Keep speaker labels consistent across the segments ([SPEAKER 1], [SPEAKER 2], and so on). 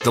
[SPEAKER 1] The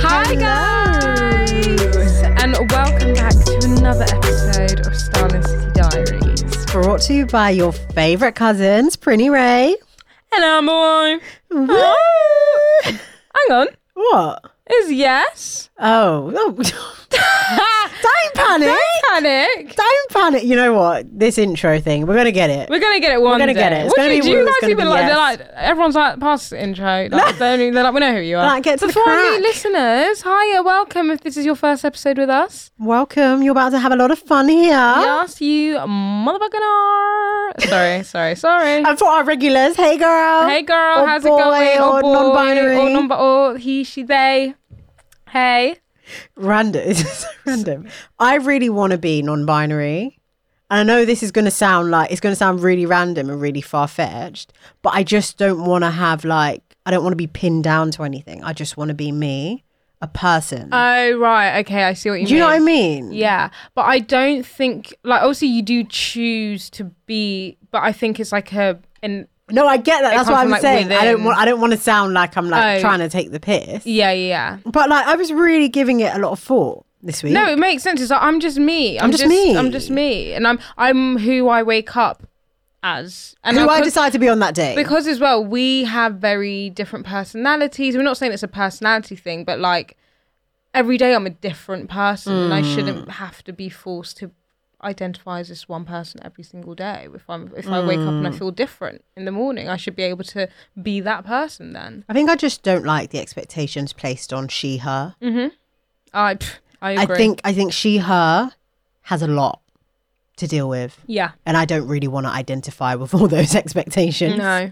[SPEAKER 2] Hi guys, and welcome back to another episode of Starling City Diaries.
[SPEAKER 3] Brought to you by your favorite cousins, Prinny Ray.
[SPEAKER 2] And I'm on. Hang on,
[SPEAKER 3] What?
[SPEAKER 2] is yes?
[SPEAKER 3] Oh, oh. don't panic.
[SPEAKER 2] Don't panic.
[SPEAKER 3] Don't panic. You know what? This intro thing, we're going to get it.
[SPEAKER 2] We're gonna get it one
[SPEAKER 3] gonna
[SPEAKER 2] day.
[SPEAKER 3] get it. It's
[SPEAKER 2] What
[SPEAKER 3] gonna
[SPEAKER 2] do you,
[SPEAKER 3] be-
[SPEAKER 2] do you
[SPEAKER 3] it's
[SPEAKER 2] guys
[SPEAKER 3] gonna
[SPEAKER 2] even
[SPEAKER 3] be
[SPEAKER 2] like? They're
[SPEAKER 3] yes.
[SPEAKER 2] like everyone's like past the intro. Like, they're, only- they're like we know who you are.
[SPEAKER 3] Like, get to the
[SPEAKER 2] Before
[SPEAKER 3] crack.
[SPEAKER 2] new listeners, hiya, welcome. If this is your first episode with us,
[SPEAKER 3] Welcome. You're about to have a lot of fun here.
[SPEAKER 2] yes, you motherfucking are. Sorry, sorry, sorry.
[SPEAKER 3] And for our regulars, hey girl.
[SPEAKER 2] Hey girl,
[SPEAKER 3] Or
[SPEAKER 2] how's
[SPEAKER 3] Oh, boy,
[SPEAKER 2] it going? Oh,
[SPEAKER 3] Or non-binary.
[SPEAKER 2] or non or oh, he, she, they. Hey,
[SPEAKER 3] random. It's just so random. I really want to be non-binary. And I know this is going to sound like it's going to sound really random and really far-fetched, but I just don't want to have like I don't want to be pinned down to anything. I just want to be me, a person.
[SPEAKER 2] oh right, okay, I see what you mean.
[SPEAKER 3] Do you know what I mean?
[SPEAKER 2] Yeah, but I don't think like obviously you do choose to be, but I think it's like a and
[SPEAKER 3] No, I get that.
[SPEAKER 2] comes
[SPEAKER 3] That's what
[SPEAKER 2] from,
[SPEAKER 3] I'm
[SPEAKER 2] like,
[SPEAKER 3] saying. I
[SPEAKER 2] within.
[SPEAKER 3] don't want I don't want to sound like I'm like
[SPEAKER 2] Oh.
[SPEAKER 3] trying to take the piss.
[SPEAKER 2] yeah, yeah. yeah.
[SPEAKER 3] But like I was really giving it a lot of thought this week.
[SPEAKER 2] No, it makes sense. It's like I'm just me. I'm,
[SPEAKER 3] just me.
[SPEAKER 2] I'm just me, and I'm I'm who I wake up as, and
[SPEAKER 3] who I
[SPEAKER 2] because-
[SPEAKER 3] decide to be on that day.
[SPEAKER 2] because as well we have very different personalities we're not saying it's a personality thing but like every day i'm a different person and i
[SPEAKER 3] Mm.
[SPEAKER 2] shouldn't have to be forced to identify as this one person every single day if i'm if i wake up and i
[SPEAKER 3] Mm.
[SPEAKER 2] feel different in the morning i should be able to be that person then
[SPEAKER 3] I think I just don't like the expectations placed on she her.
[SPEAKER 2] i pff, i
[SPEAKER 3] I
[SPEAKER 2] agree
[SPEAKER 3] think I think she her has a lot to deal with,
[SPEAKER 2] yeah
[SPEAKER 3] and I don't really want to identify with all those expectations.
[SPEAKER 2] no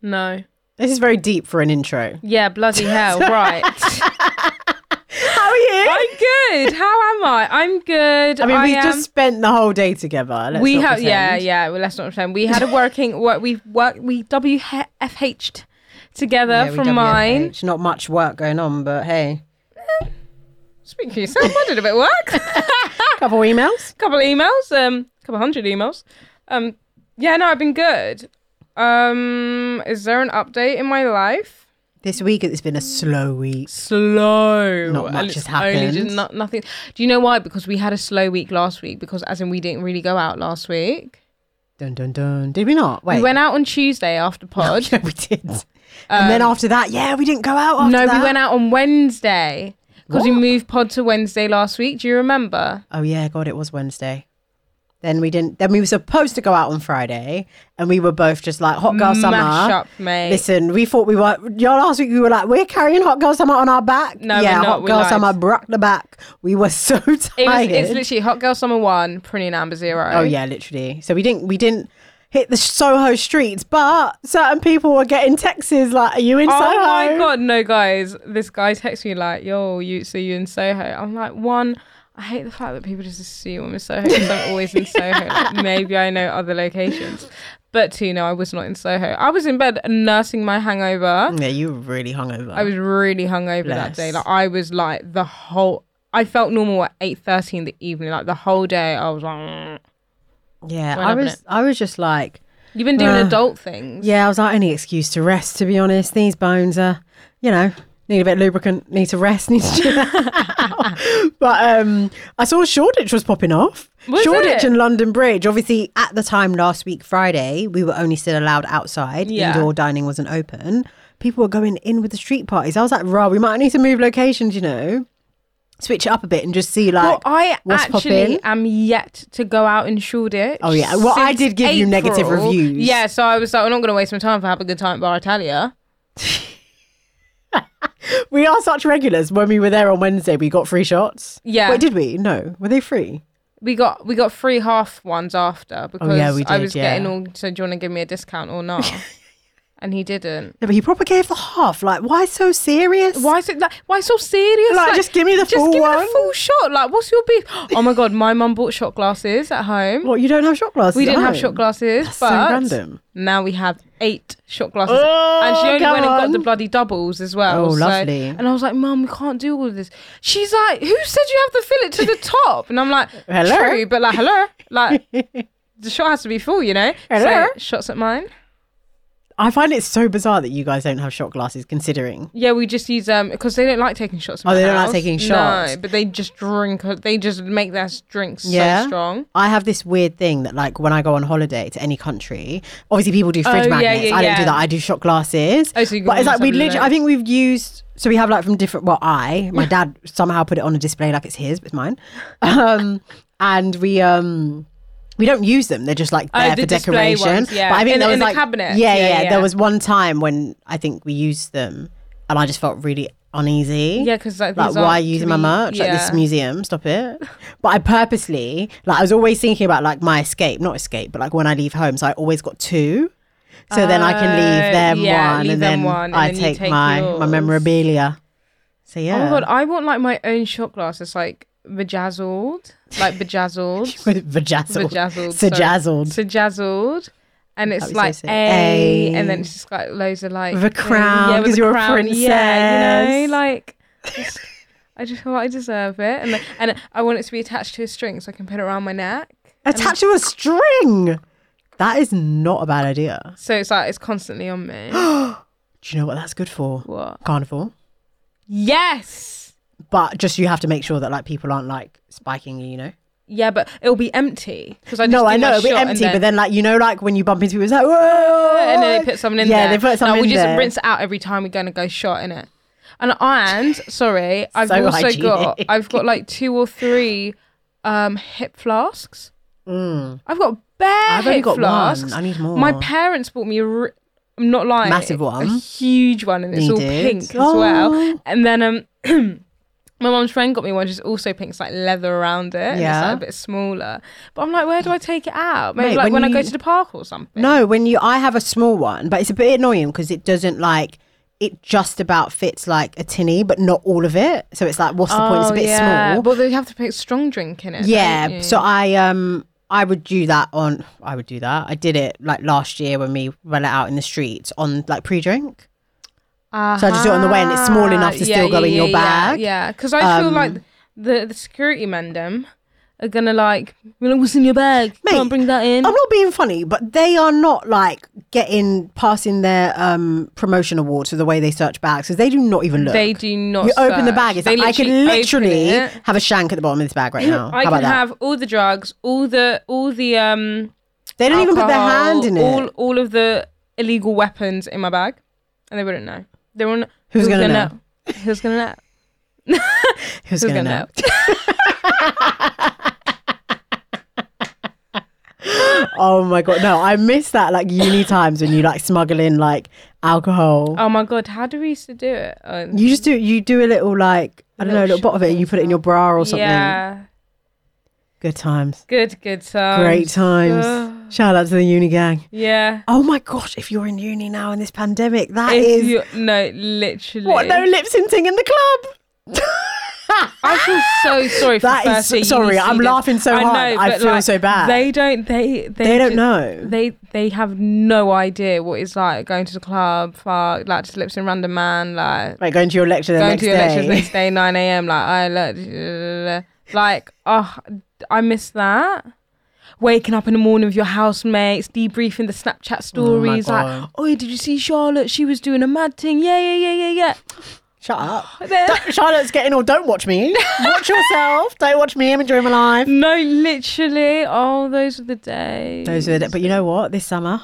[SPEAKER 2] no
[SPEAKER 3] This is very deep for an intro.
[SPEAKER 2] yeah bloody hell right
[SPEAKER 3] How are you?
[SPEAKER 2] i'm good how am i i'm good
[SPEAKER 3] I mean, we
[SPEAKER 2] am-
[SPEAKER 3] just spent the whole day together. Let's
[SPEAKER 2] we
[SPEAKER 3] not
[SPEAKER 2] have yeah
[SPEAKER 3] pretend.
[SPEAKER 2] yeah well, let's not pretend we had a working work we worked we wfh'd together
[SPEAKER 3] Yeah, we
[SPEAKER 2] from mine
[SPEAKER 3] WFH. Not much work going on, but hey,
[SPEAKER 2] speak for yourself i did a bit of work a
[SPEAKER 3] couple emails.
[SPEAKER 2] couple of emails um a couple hundred emails um yeah no i've been good um is there an update in my life
[SPEAKER 3] This week it's been a slow week.
[SPEAKER 2] slow
[SPEAKER 3] Not
[SPEAKER 2] And
[SPEAKER 3] much
[SPEAKER 2] it's
[SPEAKER 3] has
[SPEAKER 2] only
[SPEAKER 3] happened.
[SPEAKER 2] just not, nothing do you know why because we had a slow week last week because as in we didn't really go out last week
[SPEAKER 3] Dun dun dun. Did we not? Wait.
[SPEAKER 2] we went out on tuesday after pod
[SPEAKER 3] Yeah, we did. and then after that, yeah, we didn't go out. After
[SPEAKER 2] no,
[SPEAKER 3] that.
[SPEAKER 2] we went out on Wednesday because we
[SPEAKER 3] What?
[SPEAKER 2] moved pod to Wednesday last week. Do you remember?
[SPEAKER 3] Oh yeah, God, it was Wednesday. Then we didn't. Then we were supposed to go out on Friday, and we were both just like hot girl summer.
[SPEAKER 2] Mash up, mate.
[SPEAKER 3] Listen, we thought we were. you know, last week we were like we're carrying hot girl summer on our back.
[SPEAKER 2] No,
[SPEAKER 3] yeah,
[SPEAKER 2] we're not,
[SPEAKER 3] hot
[SPEAKER 2] we
[SPEAKER 3] girl
[SPEAKER 2] lied.
[SPEAKER 3] summer broke the back. We were so tired.
[SPEAKER 2] It was, it's literally Hot Girl Summer One, Pretty and Amber Zero.
[SPEAKER 3] oh yeah, literally. So we didn't. We didn't hit the Soho streets, but certain people were getting texts like, "Are you in
[SPEAKER 2] Oh
[SPEAKER 3] Soho?"
[SPEAKER 2] my god, no, guys! This guy texted me like, "Yo, you so you in Soho?" I'm like, one. I hate the fact that people just assume I'm in Soho because I'm always in Soho. Like, maybe I know other locations, but two, no, I was not in Soho. I was in bed nursing my hangover.
[SPEAKER 3] Yeah, you were really hungover.
[SPEAKER 2] I was really hungover that
[SPEAKER 3] Bless.
[SPEAKER 2] day. Like I was like the whole. I felt normal at eight thirty in the evening. Like the whole day, I was like, "Mm."
[SPEAKER 3] yeah,
[SPEAKER 2] Went
[SPEAKER 3] I
[SPEAKER 2] up in
[SPEAKER 3] was. I was just like.
[SPEAKER 2] "You've been doing adult things."
[SPEAKER 3] Yeah, I was like, any excuse to rest, to be honest. These bones are, you know, need a bit of lubricant, need to rest, need to chill out. But um, I saw Shoreditch was popping off.
[SPEAKER 2] Was it?
[SPEAKER 3] Shoreditch and London Bridge. Obviously, at the time last week, Friday, we were only still allowed outside.
[SPEAKER 2] Yeah.
[SPEAKER 3] Indoor dining wasn't open. People were going in with the street parties. I was like, rah, we might need to move locations, you know, switch it up a bit and just see,
[SPEAKER 2] Well,
[SPEAKER 3] like,
[SPEAKER 2] I
[SPEAKER 3] what's
[SPEAKER 2] actually
[SPEAKER 3] poppin'?
[SPEAKER 2] am yet to go out in Shoreditch.
[SPEAKER 3] Oh, yeah. Well, I
[SPEAKER 2] since
[SPEAKER 3] did give you negative
[SPEAKER 2] April.
[SPEAKER 3] reviews.
[SPEAKER 2] Yeah, so I was like, I'm not going to waste my time for have a good time at Bar Italia.
[SPEAKER 3] we are such regulars. When we were there on Wednesday, we got free shots.
[SPEAKER 2] Yeah.
[SPEAKER 3] Wait, did we? No. Were they free?
[SPEAKER 2] We got we got three half ones after because
[SPEAKER 3] we
[SPEAKER 2] I
[SPEAKER 3] did,
[SPEAKER 2] was
[SPEAKER 3] Oh, yeah.
[SPEAKER 2] getting all said, "Do you want to give me a discount or not?" and he didn't.
[SPEAKER 3] No, but he probably gave the half. Like, why so serious?
[SPEAKER 2] Why is it like? Why so serious?
[SPEAKER 3] Like, just give me the
[SPEAKER 2] just
[SPEAKER 3] full
[SPEAKER 2] give me
[SPEAKER 3] one.
[SPEAKER 2] the full shot. Like, what's your beef? Oh my god, my mum bought shot glasses at home.
[SPEAKER 3] What, you don't have shot glasses?
[SPEAKER 2] we
[SPEAKER 3] at
[SPEAKER 2] didn't have
[SPEAKER 3] home?
[SPEAKER 2] shot glasses,
[SPEAKER 3] That's so
[SPEAKER 2] but
[SPEAKER 3] random.
[SPEAKER 2] now we have eight shot glasses,
[SPEAKER 3] Oh,
[SPEAKER 2] and she only
[SPEAKER 3] come
[SPEAKER 2] went and got the
[SPEAKER 3] on.
[SPEAKER 2] bloody doubles as well.
[SPEAKER 3] Oh,
[SPEAKER 2] so-
[SPEAKER 3] lovely.
[SPEAKER 2] And I was like, Mum, we can't do all of this. She's like, Who said you have to fill it to the top? And I'm like,
[SPEAKER 3] Hello?
[SPEAKER 2] True, but like, hello, like. The shot has to be full, you know.
[SPEAKER 3] Hello?
[SPEAKER 2] So, shots at mine.
[SPEAKER 3] I find it so bizarre that you guys don't have shot glasses, considering.
[SPEAKER 2] Yeah, we just use um because they don't like taking shots. at
[SPEAKER 3] Oh,
[SPEAKER 2] my
[SPEAKER 3] they don't like
[SPEAKER 2] house.
[SPEAKER 3] taking
[SPEAKER 2] No,
[SPEAKER 3] shots.
[SPEAKER 2] but they just drink. uh, They just make their drinks
[SPEAKER 3] Yeah.
[SPEAKER 2] so strong.
[SPEAKER 3] I have this weird thing that, like, when I go on holiday to any country, obviously people do fridge
[SPEAKER 2] Oh, yeah,
[SPEAKER 3] magnets.
[SPEAKER 2] yeah,
[SPEAKER 3] I don't
[SPEAKER 2] yeah.
[SPEAKER 3] do that. I do shot glasses.
[SPEAKER 2] Oh, so you can
[SPEAKER 3] but it's like we
[SPEAKER 2] use
[SPEAKER 3] literally.
[SPEAKER 2] something
[SPEAKER 3] I think we've used. So we have like from different. Well, I my dad somehow put it on a display like it's his, but it's mine. Um, and we um. We don't use them; they're just like
[SPEAKER 2] Oh,
[SPEAKER 3] there
[SPEAKER 2] the
[SPEAKER 3] for
[SPEAKER 2] display
[SPEAKER 3] decoration.
[SPEAKER 2] ones, yeah.
[SPEAKER 3] But I think
[SPEAKER 2] In-
[SPEAKER 3] there
[SPEAKER 2] in
[SPEAKER 3] was
[SPEAKER 2] the
[SPEAKER 3] like
[SPEAKER 2] cabinet.
[SPEAKER 3] Yeah,
[SPEAKER 2] Yeah,
[SPEAKER 3] yeah,
[SPEAKER 2] yeah.
[SPEAKER 3] There was one time when I think we used them, and I just felt really uneasy
[SPEAKER 2] Yeah, because like,
[SPEAKER 3] like
[SPEAKER 2] these
[SPEAKER 3] why are
[SPEAKER 2] aren't
[SPEAKER 3] you using
[SPEAKER 2] to
[SPEAKER 3] my
[SPEAKER 2] be-
[SPEAKER 3] merch like this
[SPEAKER 2] yeah.
[SPEAKER 3] museum stop it but i purposely like i was always thinking about like my escape not escape but like when i leave home so i always got two so then i can
[SPEAKER 2] Oh,
[SPEAKER 3] leave them
[SPEAKER 2] yeah,
[SPEAKER 3] one
[SPEAKER 2] leave
[SPEAKER 3] and
[SPEAKER 2] them
[SPEAKER 3] then
[SPEAKER 2] one, and
[SPEAKER 3] i
[SPEAKER 2] then you
[SPEAKER 3] take,
[SPEAKER 2] take
[SPEAKER 3] my my
[SPEAKER 2] yours.
[SPEAKER 3] memorabilia so yeah
[SPEAKER 2] Oh my god, I want like my own shot glass. It's like bejazzled, like bejazzled,
[SPEAKER 3] with vajazzled
[SPEAKER 2] bejazzled, sorry.
[SPEAKER 3] Sejazzled.
[SPEAKER 2] sejazzled, and it's
[SPEAKER 3] That'd be so
[SPEAKER 2] like
[SPEAKER 3] sick.
[SPEAKER 2] a,
[SPEAKER 3] A.
[SPEAKER 2] and then it's just like loads of like
[SPEAKER 3] With a
[SPEAKER 2] things.
[SPEAKER 3] crown,
[SPEAKER 2] yeah,
[SPEAKER 3] 'cause
[SPEAKER 2] with
[SPEAKER 3] you're a
[SPEAKER 2] crown. Yeah, you
[SPEAKER 3] princess.
[SPEAKER 2] know, like. just- I just feel like I deserve it, and like, and I want it to be attached to a string so I can put it around my neck.
[SPEAKER 3] attached to a string that is not a bad idea
[SPEAKER 2] So it's like it's constantly on me.
[SPEAKER 3] do you know what that's good for
[SPEAKER 2] what?
[SPEAKER 3] carnival
[SPEAKER 2] Yes.
[SPEAKER 3] but just you have to make sure that like people aren't like spiking you you know
[SPEAKER 2] Yeah, but it'll be empty because I just
[SPEAKER 3] No,
[SPEAKER 2] do
[SPEAKER 3] I know
[SPEAKER 2] my
[SPEAKER 3] it'll be
[SPEAKER 2] shot and
[SPEAKER 3] empty,
[SPEAKER 2] then-
[SPEAKER 3] but then like you know, like when you bump into people, it's like whoa,
[SPEAKER 2] and then they put someone in
[SPEAKER 3] yeah,
[SPEAKER 2] there.
[SPEAKER 3] they put someone
[SPEAKER 2] no, we
[SPEAKER 3] in
[SPEAKER 2] just
[SPEAKER 3] there.
[SPEAKER 2] rinse it out every time we're gonna go shot in it. And and sorry, I've
[SPEAKER 3] So
[SPEAKER 2] also
[SPEAKER 3] hygienic.
[SPEAKER 2] got I've got like two or three um hip flasks. I've got bare
[SPEAKER 3] Mm. I've only
[SPEAKER 2] hip
[SPEAKER 3] got
[SPEAKER 2] flasks.
[SPEAKER 3] one. I need more.
[SPEAKER 2] My parents bought me a. Re- I'm not lying.
[SPEAKER 3] Massive one.
[SPEAKER 2] a huge one, and it's all
[SPEAKER 3] Needed.
[SPEAKER 2] pink as
[SPEAKER 3] Oh.
[SPEAKER 2] well. And then um, my mum's friend got me one, which is also pink. It's like leather around it, and it's
[SPEAKER 3] Yeah.
[SPEAKER 2] like a bit smaller. But I'm like, where do I take it out? Maybe
[SPEAKER 3] Mate,
[SPEAKER 2] like
[SPEAKER 3] when
[SPEAKER 2] when, I
[SPEAKER 3] you-
[SPEAKER 2] go to the park or something.
[SPEAKER 3] No, when you, I have a small one, but it's a bit annoying because it doesn't like it just about fits like a tinny, but not all of it. So it's like, what's the point? It's a bit small.
[SPEAKER 2] Oh, Well, they have to put strong drink in it. don't
[SPEAKER 3] yeah.
[SPEAKER 2] you?
[SPEAKER 3] So I um I would do that on. I would do that. I did it like last year when we went out in the streets on like pre-drink. So I just do it on the way, and it's small enough to
[SPEAKER 2] Ah, Yeah,
[SPEAKER 3] still go
[SPEAKER 2] yeah,
[SPEAKER 3] in your
[SPEAKER 2] yeah, yeah,
[SPEAKER 3] bag. Um,
[SPEAKER 2] Yeah, because I feel like the the security men them are gonna like, be like, what's in your bag?
[SPEAKER 3] Mate,
[SPEAKER 2] Can't bring that in.
[SPEAKER 3] I'm not being funny, but they are not like getting passing their um promotion awards for the way they search bags because they do not even look.
[SPEAKER 2] They do not.
[SPEAKER 3] you open the
[SPEAKER 2] search.
[SPEAKER 3] bag. It's
[SPEAKER 2] They
[SPEAKER 3] like, I could
[SPEAKER 2] open
[SPEAKER 3] literally
[SPEAKER 2] it.
[SPEAKER 3] have a shank at the bottom of this bag right now.
[SPEAKER 2] I
[SPEAKER 3] How about
[SPEAKER 2] can
[SPEAKER 3] that?
[SPEAKER 2] have all the drugs, all the all the um.
[SPEAKER 3] they don't even put their hand in it.
[SPEAKER 2] All all of the illegal weapons in my bag, and they wouldn't know. They wouldn't.
[SPEAKER 3] Who's gonna
[SPEAKER 2] know? Who's gonna know?
[SPEAKER 3] Who's,
[SPEAKER 2] Who's
[SPEAKER 3] gonna,
[SPEAKER 2] gonna
[SPEAKER 3] know?
[SPEAKER 2] know?
[SPEAKER 3] Oh my god, no! I miss that like uni times when you like smuggle in like alcohol.
[SPEAKER 2] Oh my god, how do we used to do it? Oh,
[SPEAKER 3] You just do you do a little like I don't know a
[SPEAKER 2] Little
[SPEAKER 3] little bottle of it and you put it in your bra or something.
[SPEAKER 2] Yeah,
[SPEAKER 3] Good times,
[SPEAKER 2] good, good times.
[SPEAKER 3] great times. Shout out to the uni gang.
[SPEAKER 2] Yeah.
[SPEAKER 3] Oh my gosh, if you're in uni now in this pandemic, that
[SPEAKER 2] If
[SPEAKER 3] is
[SPEAKER 2] you- no, literally.
[SPEAKER 3] what no lip syncing in the club.
[SPEAKER 2] I feel so sorry for
[SPEAKER 3] That is
[SPEAKER 2] first
[SPEAKER 3] so-
[SPEAKER 2] year
[SPEAKER 3] sorry,
[SPEAKER 2] uni
[SPEAKER 3] I'm
[SPEAKER 2] students.
[SPEAKER 3] laughing so
[SPEAKER 2] I
[SPEAKER 3] hard.
[SPEAKER 2] know,
[SPEAKER 3] I
[SPEAKER 2] but,
[SPEAKER 3] feel
[SPEAKER 2] like,
[SPEAKER 3] so bad.
[SPEAKER 2] They don't. They. They,
[SPEAKER 3] They don't
[SPEAKER 2] ju-
[SPEAKER 3] know.
[SPEAKER 2] They. They have no idea what it's like going to the club. Fuck, like just lips in random man. Like
[SPEAKER 3] Like going to your lecture the
[SPEAKER 2] going
[SPEAKER 3] next
[SPEAKER 2] to your
[SPEAKER 3] day.
[SPEAKER 2] lectures next day, nine a.m. Like I look. Like oh, I miss that. Waking up in the morning with your housemates, debriefing the Snapchat stories. like,
[SPEAKER 3] God.
[SPEAKER 2] oh, did you see Charlotte? She was doing a mad thing. Yeah, yeah, yeah, yeah,
[SPEAKER 3] Shut up.
[SPEAKER 2] yeah. Then-
[SPEAKER 3] Charlotte's getting all. Don't watch me. Watch yourself. Don't watch me. I'm enjoying my life.
[SPEAKER 2] No, literally. Oh, those were the days.
[SPEAKER 3] Those are the, but you know what? This summer,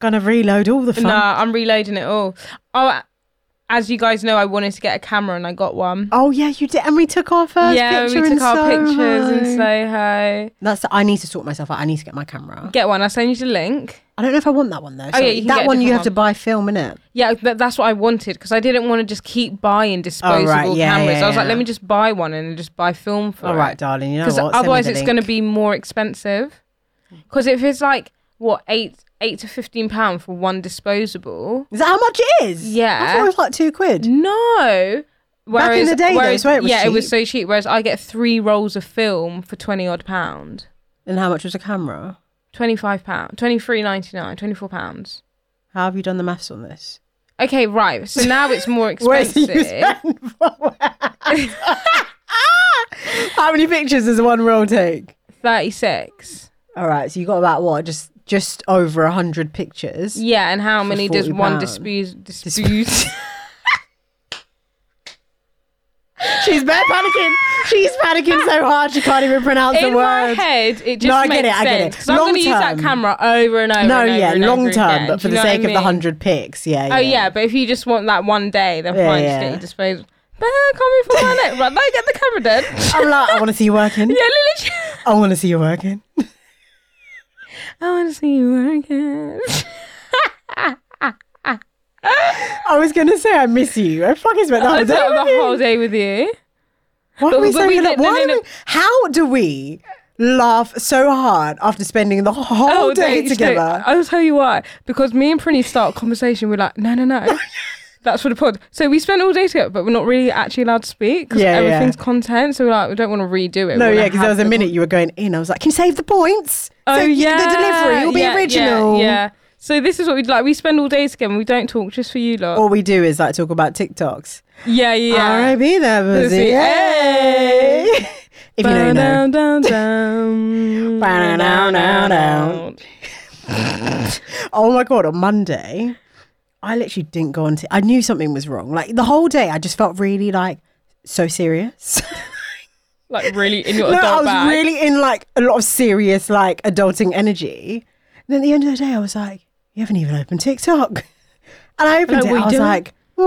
[SPEAKER 3] gonna reload all the fun.
[SPEAKER 2] Nah, I'm reloading it all. Oh, a- as you guys know, I wanted to get a camera and I got one.
[SPEAKER 3] Oh yeah, you did, and we took our first
[SPEAKER 2] yeah, we
[SPEAKER 3] picture in
[SPEAKER 2] took our
[SPEAKER 3] Soho.
[SPEAKER 2] pictures in Soho.
[SPEAKER 3] That's. I need to sort myself out. I need to get my camera.
[SPEAKER 2] Get one. I'll send you the link.
[SPEAKER 3] I I don't know if I want that one though.
[SPEAKER 2] Oh, yeah,
[SPEAKER 3] Sorry.
[SPEAKER 2] you can get
[SPEAKER 3] that
[SPEAKER 2] a
[SPEAKER 3] one you
[SPEAKER 2] different
[SPEAKER 3] have to
[SPEAKER 2] one.
[SPEAKER 3] buy film in it.
[SPEAKER 2] Yeah, th- that's what I wanted because I didn't want to just keep buying disposable
[SPEAKER 3] Oh, yeah,
[SPEAKER 2] cameras.
[SPEAKER 3] yeah,
[SPEAKER 2] I was like,
[SPEAKER 3] yeah.
[SPEAKER 2] let me just buy one and just buy film for
[SPEAKER 3] All
[SPEAKER 2] it.
[SPEAKER 3] right, darling. You know
[SPEAKER 2] because
[SPEAKER 3] what? Send me
[SPEAKER 2] otherwise
[SPEAKER 3] the
[SPEAKER 2] it's
[SPEAKER 3] link.
[SPEAKER 2] going to be more expensive. Because if it's like what eight eight to fifteen pound for one disposable,
[SPEAKER 3] Is that how much it is? I
[SPEAKER 2] Yeah.
[SPEAKER 3] thought it was like two quid.
[SPEAKER 2] no. Whereas,
[SPEAKER 3] the day, though,
[SPEAKER 2] whereas,
[SPEAKER 3] so it was
[SPEAKER 2] yeah, it was
[SPEAKER 3] cheap.
[SPEAKER 2] so cheap. Whereas I get three rolls of film for twenty odd pound,
[SPEAKER 3] And how much was a camera?
[SPEAKER 2] twenty five pound, twenty three ninety nine, twenty four pounds.
[SPEAKER 3] How have you done the maths on this?
[SPEAKER 2] Okay, right. So now it's more
[SPEAKER 3] Where's you
[SPEAKER 2] expensive.
[SPEAKER 3] spend for How many pictures does one roll take?
[SPEAKER 2] Thirty six.
[SPEAKER 3] All right, so you got about what? Just just over a hundred pictures.
[SPEAKER 2] Yeah, and how many does
[SPEAKER 3] 40
[SPEAKER 2] one
[SPEAKER 3] pound.
[SPEAKER 2] dispute dispute?
[SPEAKER 3] She's bare panicking. She's panicking so hard she can't even pronounce
[SPEAKER 2] in
[SPEAKER 3] the
[SPEAKER 2] my
[SPEAKER 3] word.
[SPEAKER 2] head, it just
[SPEAKER 3] No, I
[SPEAKER 2] makes
[SPEAKER 3] get it, I
[SPEAKER 2] sense.
[SPEAKER 3] get it.
[SPEAKER 2] 'Cause I'm going to use that
[SPEAKER 3] Long-term.
[SPEAKER 2] camera over and over.
[SPEAKER 3] no,
[SPEAKER 2] and over
[SPEAKER 3] yeah,
[SPEAKER 2] and over
[SPEAKER 3] long term,
[SPEAKER 2] again.
[SPEAKER 3] but for
[SPEAKER 2] Do you know
[SPEAKER 3] the
[SPEAKER 2] what I
[SPEAKER 3] sake of the
[SPEAKER 2] mean?
[SPEAKER 3] hundred pics, yeah.
[SPEAKER 2] Oh yeah, but if you just want that one day, then
[SPEAKER 3] Yeah,
[SPEAKER 2] fine,
[SPEAKER 3] yeah.
[SPEAKER 2] just get your disposal. But uh, coming for my neck, right? No, get the camera done.
[SPEAKER 3] I'm like, I want to see you working.
[SPEAKER 2] yeah, literally.
[SPEAKER 3] I want to see you working.
[SPEAKER 2] I want to see you working.
[SPEAKER 3] I was gonna say I miss you. I fucking spent the
[SPEAKER 2] I
[SPEAKER 3] whole day.
[SPEAKER 2] spent
[SPEAKER 3] with
[SPEAKER 2] the
[SPEAKER 3] you.
[SPEAKER 2] whole day with you.
[SPEAKER 3] Why are
[SPEAKER 2] But-
[SPEAKER 3] we
[SPEAKER 2] but
[SPEAKER 3] so
[SPEAKER 2] we
[SPEAKER 3] good at-
[SPEAKER 2] did- no,
[SPEAKER 3] why
[SPEAKER 2] no,
[SPEAKER 3] do
[SPEAKER 2] no.
[SPEAKER 3] we- How do we laugh so hard after spending the whole
[SPEAKER 2] Oh,
[SPEAKER 3] day
[SPEAKER 2] don't-
[SPEAKER 3] together?
[SPEAKER 2] don't- I'll tell you why. Because me and Prinny start a conversation. We're like, no, no, no. That's for the pod. So we spent all day together, but we're not really actually allowed to speak. 'cause
[SPEAKER 3] Yeah, yeah.
[SPEAKER 2] everything's content. So we're like, we don't want to redo it.
[SPEAKER 3] No,
[SPEAKER 2] We wanna
[SPEAKER 3] yeah, because there
[SPEAKER 2] have
[SPEAKER 3] was a
[SPEAKER 2] the
[SPEAKER 3] minute you were going in. I was like, can you save the points?
[SPEAKER 2] Oh
[SPEAKER 3] so you-
[SPEAKER 2] yeah,
[SPEAKER 3] the delivery will be
[SPEAKER 2] yeah, yeah,
[SPEAKER 3] original.
[SPEAKER 2] Yeah, So this is what we like. We spend all day together. and We don't talk just for you lot.
[SPEAKER 3] All we do is like talk about TikToks.
[SPEAKER 2] yeah, yeah.
[SPEAKER 3] Yeah. R.I.P. there, Buzzy.
[SPEAKER 2] Buzzy.
[SPEAKER 3] Hey! if you know, you know.
[SPEAKER 2] Down, down, down.
[SPEAKER 3] Down, down, down, down. Oh my god, on Monday, I literally didn't go on. T- I knew something was wrong. Like the whole day, I just felt really like so serious.
[SPEAKER 2] Like really in your
[SPEAKER 3] no,
[SPEAKER 2] adult
[SPEAKER 3] I was
[SPEAKER 2] bag.
[SPEAKER 3] really in like a lot of serious like adulting energy. And then at the end of the day, I was like, "You haven't even opened TikTok," and I opened
[SPEAKER 2] Like,
[SPEAKER 3] it.
[SPEAKER 2] what
[SPEAKER 3] I
[SPEAKER 2] you
[SPEAKER 3] was
[SPEAKER 2] doing?
[SPEAKER 3] like, "Wow!"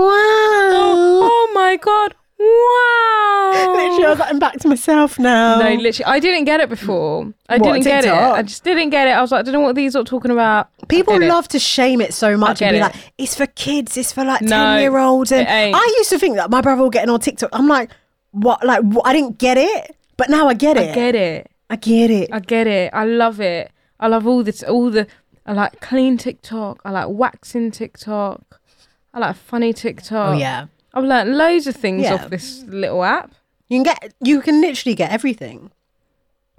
[SPEAKER 2] oh my god!
[SPEAKER 3] Literally, I
[SPEAKER 2] Wow.
[SPEAKER 3] was like, "I'm back to myself now."
[SPEAKER 2] No, literally, I didn't get it before. I
[SPEAKER 3] What,
[SPEAKER 2] didn't get it.
[SPEAKER 3] TikTok?
[SPEAKER 2] I just didn't get it. I was like, I don't know what these are talking about. I
[SPEAKER 3] People
[SPEAKER 2] get it.
[SPEAKER 3] love to shame it so much
[SPEAKER 2] I
[SPEAKER 3] and
[SPEAKER 2] get
[SPEAKER 3] be
[SPEAKER 2] it.
[SPEAKER 3] like, "It's for kids. It's for like
[SPEAKER 2] No,
[SPEAKER 3] ten-year-olds."
[SPEAKER 2] it
[SPEAKER 3] And
[SPEAKER 2] ain't.
[SPEAKER 3] I used to think that my brother will get on TikTok. I'm like, "What? Like, what? I didn't get it." But now I get it.
[SPEAKER 2] I get it.
[SPEAKER 3] I get it.
[SPEAKER 2] I get it. I love it. I love all this, all the. I like clean TikTok. I like waxing TikTok. I like funny TikTok.
[SPEAKER 3] oh yeah.
[SPEAKER 2] I've learnt loads of things
[SPEAKER 3] Yeah.
[SPEAKER 2] off this little app.
[SPEAKER 3] You can get you can literally get everything.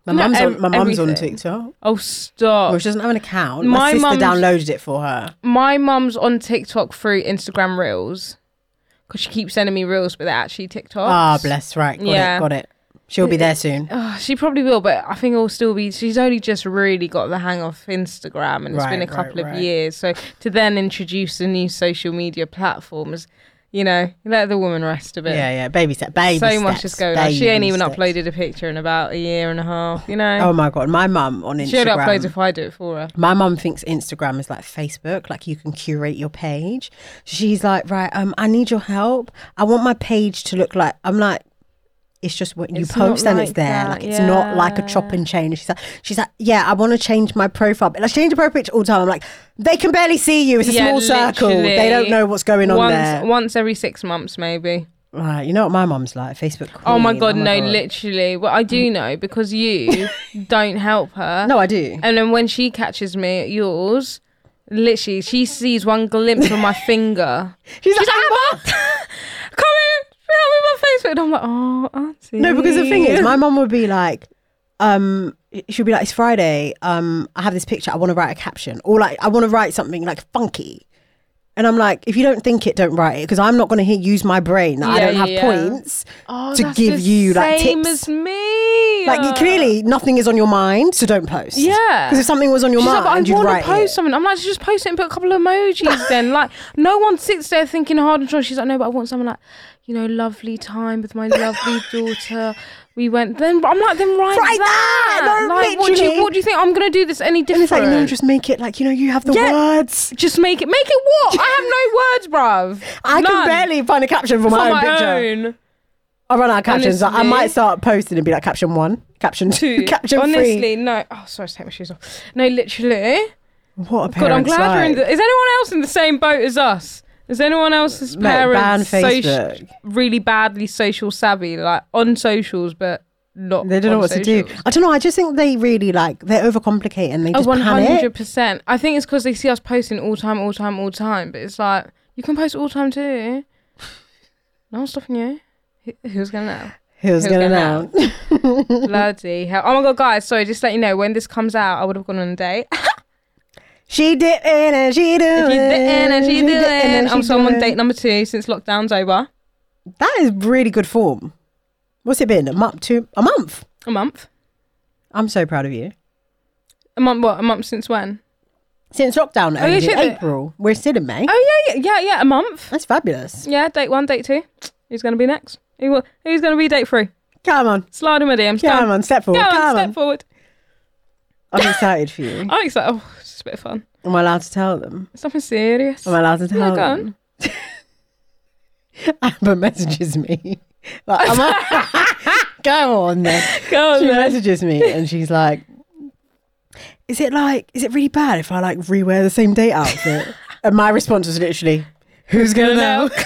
[SPEAKER 3] My
[SPEAKER 2] No,
[SPEAKER 3] mum's
[SPEAKER 2] ev-
[SPEAKER 3] on my mum's on
[SPEAKER 2] everything.
[SPEAKER 3] TikTok.
[SPEAKER 2] Oh, stop.
[SPEAKER 3] Well, she doesn't have an account. My,
[SPEAKER 2] My
[SPEAKER 3] sister
[SPEAKER 2] mum's-
[SPEAKER 3] downloaded it for her.
[SPEAKER 2] My mum's on TikTok through Instagram Reels because she keeps sending me Reels, but they're actually TikToks.
[SPEAKER 3] Ah, bless right. Got
[SPEAKER 2] Yeah.
[SPEAKER 3] it. Got it. She'll be there soon.
[SPEAKER 2] Oh, she probably will, but I think it'll still be. She's only just really got the hang of Instagram, and it's been a
[SPEAKER 3] Right, right,
[SPEAKER 2] couple
[SPEAKER 3] right.
[SPEAKER 2] of years. So to then introduce the new social media platforms, you know, let the woman rest a bit.
[SPEAKER 3] Yeah, yeah. Baby step. Baby.
[SPEAKER 2] so much
[SPEAKER 3] steps,
[SPEAKER 2] is going on. She ain't
[SPEAKER 3] baby
[SPEAKER 2] even
[SPEAKER 3] steps.
[SPEAKER 2] uploaded a picture in about a year and a half. You
[SPEAKER 3] Oh
[SPEAKER 2] know,
[SPEAKER 3] my god, my mum on
[SPEAKER 2] she only uploads
[SPEAKER 3] Instagram.
[SPEAKER 2] if I do it for her.
[SPEAKER 3] My mum thinks Instagram is like Facebook, like you can curate your page. She's like, right, um, I need your help. I want my page to look like I'm like. It's just what you
[SPEAKER 2] It's not
[SPEAKER 3] post and it's
[SPEAKER 2] like
[SPEAKER 3] there.
[SPEAKER 2] that,
[SPEAKER 3] Like it's not like a chop and change. She's like, she's like, yeah, I want to change my profile. But I change the profile picture all the time. I'm like, they can barely see you. It's a
[SPEAKER 2] Yeah,
[SPEAKER 3] small circle. They don't
[SPEAKER 2] literally.
[SPEAKER 3] know what's going on
[SPEAKER 2] once,
[SPEAKER 3] there.
[SPEAKER 2] once every six months, maybe.
[SPEAKER 3] Right, you know what my mum's like? Facebook.
[SPEAKER 2] Oh my
[SPEAKER 3] queen.
[SPEAKER 2] god, no,
[SPEAKER 3] God.
[SPEAKER 2] literally. Well, I do know because you don't help her.
[SPEAKER 3] No, I do.
[SPEAKER 2] And then when she catches me at yours, literally, she sees one glimpse of my finger.
[SPEAKER 3] She's
[SPEAKER 2] She's
[SPEAKER 3] like,
[SPEAKER 2] like, Emma, come here, help me with my Facebook. And I'm like, oh, auntie.
[SPEAKER 3] No, because the thing is, my mum would be like, um, she'll be like, it's Friday. Um, I have this picture. I want to write a caption, or like, I want to write something like funky. And I'm like, if you don't think it, don't write it, because I'm not going to use my brain. that I
[SPEAKER 2] Yeah,
[SPEAKER 3] don't have
[SPEAKER 2] yeah, yeah.
[SPEAKER 3] points
[SPEAKER 2] Oh,
[SPEAKER 3] to
[SPEAKER 2] that's
[SPEAKER 3] give
[SPEAKER 2] the
[SPEAKER 3] you like
[SPEAKER 2] same
[SPEAKER 3] tips.
[SPEAKER 2] as me.
[SPEAKER 3] like you- clearly, nothing is on your mind, so don't post.
[SPEAKER 2] Yeah.
[SPEAKER 3] because if something was on your
[SPEAKER 2] She's like,
[SPEAKER 3] mind,
[SPEAKER 2] but I
[SPEAKER 3] you'd
[SPEAKER 2] want
[SPEAKER 3] write
[SPEAKER 2] to post
[SPEAKER 3] it.
[SPEAKER 2] something. I'm like, just post it and put a couple of emojis then. Like, no one sits there thinking hard and strong. She's like, no, but I want someone like, you know, lovely time with my lovely daughter. We went then. I'm like, then write,
[SPEAKER 3] Write that!
[SPEAKER 2] that.
[SPEAKER 3] No,
[SPEAKER 2] like, what do,
[SPEAKER 3] literally.
[SPEAKER 2] you, what do you think? I'm going to do this any
[SPEAKER 3] And it's
[SPEAKER 2] different.
[SPEAKER 3] like, no, just make it like you know, you have the
[SPEAKER 2] Yeah.
[SPEAKER 3] words.
[SPEAKER 2] Just make it. Make it what? I have no words, bruv.
[SPEAKER 3] I can
[SPEAKER 2] None.
[SPEAKER 3] barely find a caption for
[SPEAKER 2] For
[SPEAKER 3] my own
[SPEAKER 2] my
[SPEAKER 3] picture.
[SPEAKER 2] own.
[SPEAKER 3] I run out of captions. like, I
[SPEAKER 2] Honestly.
[SPEAKER 3] might start posting and be like caption one, caption two,
[SPEAKER 2] Dude,
[SPEAKER 3] caption three.
[SPEAKER 2] honestly, no. Oh, sorry, I have to take my shoes off. No, literally.
[SPEAKER 3] What a
[SPEAKER 2] God, I'm
[SPEAKER 3] parent's
[SPEAKER 2] glad we're in.
[SPEAKER 3] like.
[SPEAKER 2] The, is anyone else in the same boat as us? Is anyone else's
[SPEAKER 3] Mate, ban
[SPEAKER 2] parents soci-
[SPEAKER 3] Facebook.
[SPEAKER 2] really badly social savvy, like on socials, but not?
[SPEAKER 3] They don't know
[SPEAKER 2] on
[SPEAKER 3] what to do.
[SPEAKER 2] socials?
[SPEAKER 3] I don't know. I just think they really like they overcomplicate and they
[SPEAKER 2] Oh,
[SPEAKER 3] just
[SPEAKER 2] one hundred
[SPEAKER 3] panic.
[SPEAKER 2] percent. I think it's because they see us posting all time, all time, all time. But it's like you can post all time too. No one's stopping you. Who- Who's gonna know?
[SPEAKER 3] Who's,
[SPEAKER 2] Who's
[SPEAKER 3] gonna
[SPEAKER 2] gonna
[SPEAKER 3] know?
[SPEAKER 2] Bloody hell! Oh my god, guys! Sorry, just to let you know when this comes out, I would have gone on a date.
[SPEAKER 3] She did it and she doing.
[SPEAKER 2] She's doing it, she's
[SPEAKER 3] She did
[SPEAKER 2] doing.
[SPEAKER 3] it and
[SPEAKER 2] I'm
[SPEAKER 3] she
[SPEAKER 2] so I'm on
[SPEAKER 3] doing.
[SPEAKER 2] date number two since lockdown's over.
[SPEAKER 3] That is really good form. What's it been? A month? Two? A month?
[SPEAKER 2] A month.
[SPEAKER 3] I'm so proud of you.
[SPEAKER 2] A month. What? A month since when?
[SPEAKER 3] Since lockdown
[SPEAKER 2] Oh, you
[SPEAKER 3] ended
[SPEAKER 2] should-
[SPEAKER 3] April, we're still in May.
[SPEAKER 2] Oh yeah, yeah, yeah, yeah. A month.
[SPEAKER 3] That's fabulous.
[SPEAKER 2] Yeah. Date one, date two. Who's gonna be next? Who, will- who's gonna be date three?
[SPEAKER 3] Come on,
[SPEAKER 2] Slide in my DMs.
[SPEAKER 3] come
[SPEAKER 2] Done.
[SPEAKER 3] on, step
[SPEAKER 2] Go
[SPEAKER 3] forward,
[SPEAKER 2] on,
[SPEAKER 3] come
[SPEAKER 2] step
[SPEAKER 3] on.
[SPEAKER 2] forward.
[SPEAKER 3] I'm excited for you.
[SPEAKER 2] I'm excited. Oh, it's just a bit of fun.
[SPEAKER 3] Am I allowed to tell them?
[SPEAKER 2] It's nothing serious.
[SPEAKER 3] Am I allowed to tell
[SPEAKER 2] Yeah, go
[SPEAKER 3] them?
[SPEAKER 2] on.
[SPEAKER 3] Amber messages me. Like, am I- go on then.
[SPEAKER 2] Go on
[SPEAKER 3] She
[SPEAKER 2] then.
[SPEAKER 3] messages me and she's like, "Is it like? Is it really bad if I like rewear the same date outfit?" and my response was literally, "Who's gonna know?"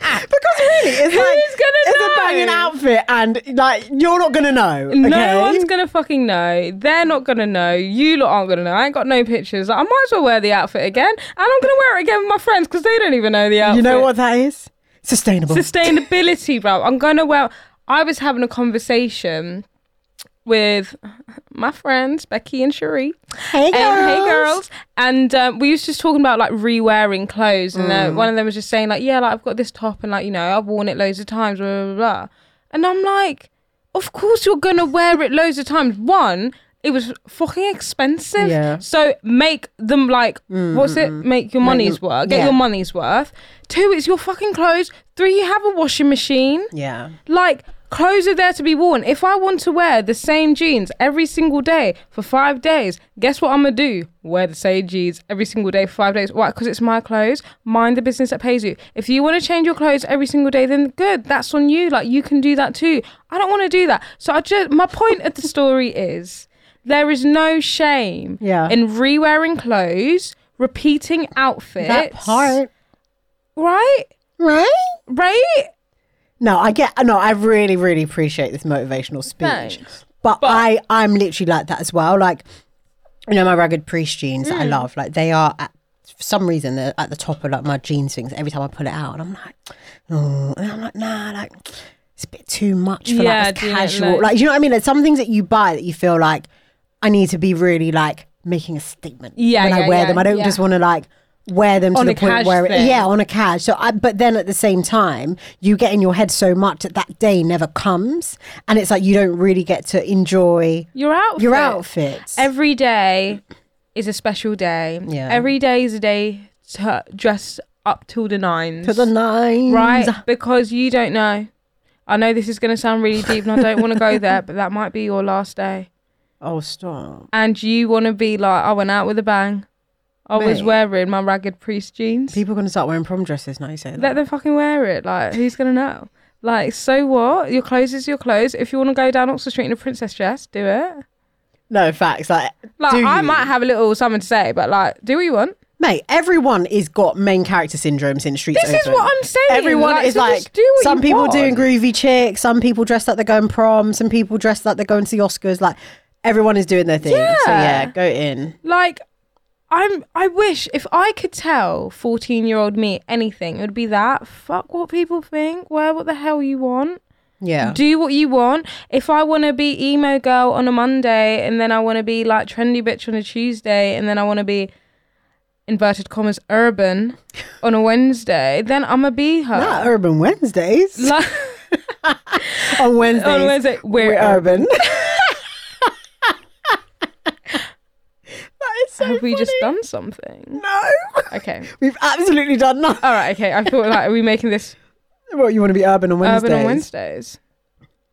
[SPEAKER 3] because really, it's like
[SPEAKER 2] Who's gonna
[SPEAKER 3] it's
[SPEAKER 2] know?
[SPEAKER 3] a banging outfit, and like you're not gonna know. Okay?
[SPEAKER 2] No one's gonna fucking know. They're not gonna know. You lot aren't gonna know. I ain't got no pictures. Like, I might as well wear the outfit again, and I'm gonna wear it again with my friends because they don't even know the outfit.
[SPEAKER 3] you know what that is? Sustainable.
[SPEAKER 2] Sustainability, bro. I'm gonna wear. I was having a conversation with my friends Becky and Cherie.
[SPEAKER 3] hey girls.
[SPEAKER 2] Um, hey girls. And um, we was just talking about like re-wearing clothes, and
[SPEAKER 3] Mm.
[SPEAKER 2] uh, one of them was just saying like, yeah, like I've got this top, and like you know I've worn it loads of times, blah blah blah. blah. And I'm like, of course you're gonna wear it loads of times. One, it was fucking expensive.
[SPEAKER 3] Yeah. Mm,
[SPEAKER 2] So make them like, what's it? Make your money's
[SPEAKER 3] your-
[SPEAKER 2] worth. Get
[SPEAKER 3] yeah.
[SPEAKER 2] your money's worth. Two, it's your fucking clothes. Three, you have a washing machine.
[SPEAKER 3] Yeah.
[SPEAKER 2] Like, clothes are there to be worn. If I want to wear the same jeans every single day for five days, guess what I'm gonna do? Wear the same jeans every single day for five days. Why? Because it's my clothes. Mind the business that pays you. If you want to change your clothes every single day, then good. That's on you. Like, you can do that too. I don't want to do that. So, I just my point of the story is there is no shame
[SPEAKER 3] Yeah.
[SPEAKER 2] in re-wearing clothes, repeating outfits.
[SPEAKER 3] That part,
[SPEAKER 2] right?
[SPEAKER 3] right?
[SPEAKER 2] Right?
[SPEAKER 3] No, I get no, I really, really appreciate this motivational speech.
[SPEAKER 2] Thanks.
[SPEAKER 3] But,
[SPEAKER 2] But-
[SPEAKER 3] I, I'm literally like that as well. Like, you know, my ragged priest jeans that I
[SPEAKER 2] Mm.
[SPEAKER 3] love, like they are at for some reason they're at the top of like my jeans things every time I pull it out and I'm like, oh and I'm like, nah, like it's a bit too much for
[SPEAKER 2] Yeah,
[SPEAKER 3] like this
[SPEAKER 2] do you know,
[SPEAKER 3] casual.
[SPEAKER 2] like-
[SPEAKER 3] Like, you know what I mean? Like some things that you buy that you feel like I need to be really like making a statement
[SPEAKER 2] Yeah,
[SPEAKER 3] when
[SPEAKER 2] yeah,
[SPEAKER 3] I wear
[SPEAKER 2] yeah,
[SPEAKER 3] them. I don't
[SPEAKER 2] yeah.
[SPEAKER 3] just want to like wear them
[SPEAKER 2] On
[SPEAKER 3] to
[SPEAKER 2] a
[SPEAKER 3] the point
[SPEAKER 2] cash
[SPEAKER 3] where it,
[SPEAKER 2] thing.
[SPEAKER 3] yeah on a cash. So, I, but then at the same time, you get in your head so much that that day never comes, and it's like you don't really get to enjoy
[SPEAKER 2] Your outfit.
[SPEAKER 3] your outfits.
[SPEAKER 2] Every day is a special day.
[SPEAKER 3] Yeah.
[SPEAKER 2] Every day is a day to dress up till the nines.
[SPEAKER 3] to the nines,
[SPEAKER 2] right? Because you don't know. I know this is going to sound really deep and I don't want to go there, but that might be your last day.
[SPEAKER 3] Oh, stop.
[SPEAKER 2] And you want to be like, I went out with a bang. I was
[SPEAKER 3] Mate.
[SPEAKER 2] wearing my ragged priest jeans.
[SPEAKER 3] People are gonna start wearing prom dresses now. You say that.
[SPEAKER 2] Let them fucking wear it. Like, who's going to know? Like, so what? Your clothes is your clothes. If you want to go down Oxford Street in a princess dress, do it.
[SPEAKER 3] No facts, like,
[SPEAKER 2] Like,
[SPEAKER 3] do
[SPEAKER 2] I
[SPEAKER 3] you?
[SPEAKER 2] might have a little something to say, but like, do what you want.
[SPEAKER 3] mate. Everyone is got main character syndrome since Streets.
[SPEAKER 2] This is
[SPEAKER 3] Open.
[SPEAKER 2] what I'm saying,
[SPEAKER 3] Everyone
[SPEAKER 2] like,
[SPEAKER 3] is
[SPEAKER 2] so just
[SPEAKER 3] like
[SPEAKER 2] do what
[SPEAKER 3] some
[SPEAKER 2] you
[SPEAKER 3] people
[SPEAKER 2] want.
[SPEAKER 3] doing groovy chicks, some people dressed like they're going prom, some people dressed like they're going to the Oscars. Like everyone is doing their thing. So
[SPEAKER 2] Yeah.
[SPEAKER 3] yeah, go in.
[SPEAKER 2] like I'm I wish if I could tell 14 year old me anything it would be that fuck what people think wear what the hell you want
[SPEAKER 3] Yeah.
[SPEAKER 2] do what you want if I want to be emo girl on a Monday and then I want to be like trendy bitch on a Tuesday and then I want to be inverted commas urban on a Wednesday then I'm a be her
[SPEAKER 3] Not Urban Wednesdays.
[SPEAKER 2] like,
[SPEAKER 3] on Wednesdays.
[SPEAKER 2] on Wednesday we're,
[SPEAKER 3] We're
[SPEAKER 2] urban
[SPEAKER 3] urban. that is so
[SPEAKER 2] have we just
[SPEAKER 3] funny.
[SPEAKER 2] done something
[SPEAKER 3] No.
[SPEAKER 2] okay
[SPEAKER 3] We've absolutely done nothing.
[SPEAKER 2] all right okay I thought like are we making this
[SPEAKER 3] What, you want to be urban on Wednesdays?
[SPEAKER 2] urban on Wednesdays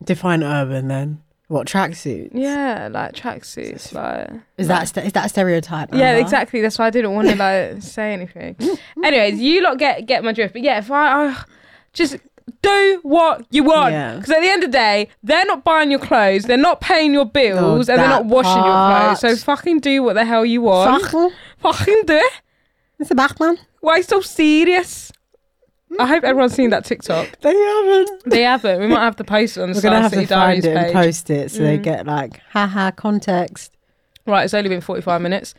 [SPEAKER 3] Define urban then. What, tracksuits?
[SPEAKER 2] Yeah, like tracksuits, like
[SPEAKER 3] Is Uh-huh. that, a st- is that a stereotype? Uh-huh.
[SPEAKER 2] yeah,
[SPEAKER 3] Amber?
[SPEAKER 2] exactly. That's why I didn't want to like say anything. Anyways, you lot get get my drift, but yeah, if I, I just do what you want.
[SPEAKER 3] Yeah.
[SPEAKER 2] Because at the end of the day, they're not buying your clothes, they're not paying your bills, and they're not
[SPEAKER 3] that
[SPEAKER 2] washing
[SPEAKER 3] part.
[SPEAKER 2] your clothes. So fucking do what the hell you want.
[SPEAKER 3] Fuck.
[SPEAKER 2] Fucking do it.
[SPEAKER 3] It's a Batman.
[SPEAKER 2] Why so serious? I
[SPEAKER 3] Mm-hmm.
[SPEAKER 2] hope everyone's seen that TikTok.
[SPEAKER 3] They haven't.
[SPEAKER 2] They haven't. We might have to post it on the
[SPEAKER 3] We're gonna
[SPEAKER 2] Star
[SPEAKER 3] have
[SPEAKER 2] City
[SPEAKER 3] to find
[SPEAKER 2] Diaries
[SPEAKER 3] it and
[SPEAKER 2] page.
[SPEAKER 3] post it so they get like, haha, context.
[SPEAKER 2] right, it's only been 45 minutes.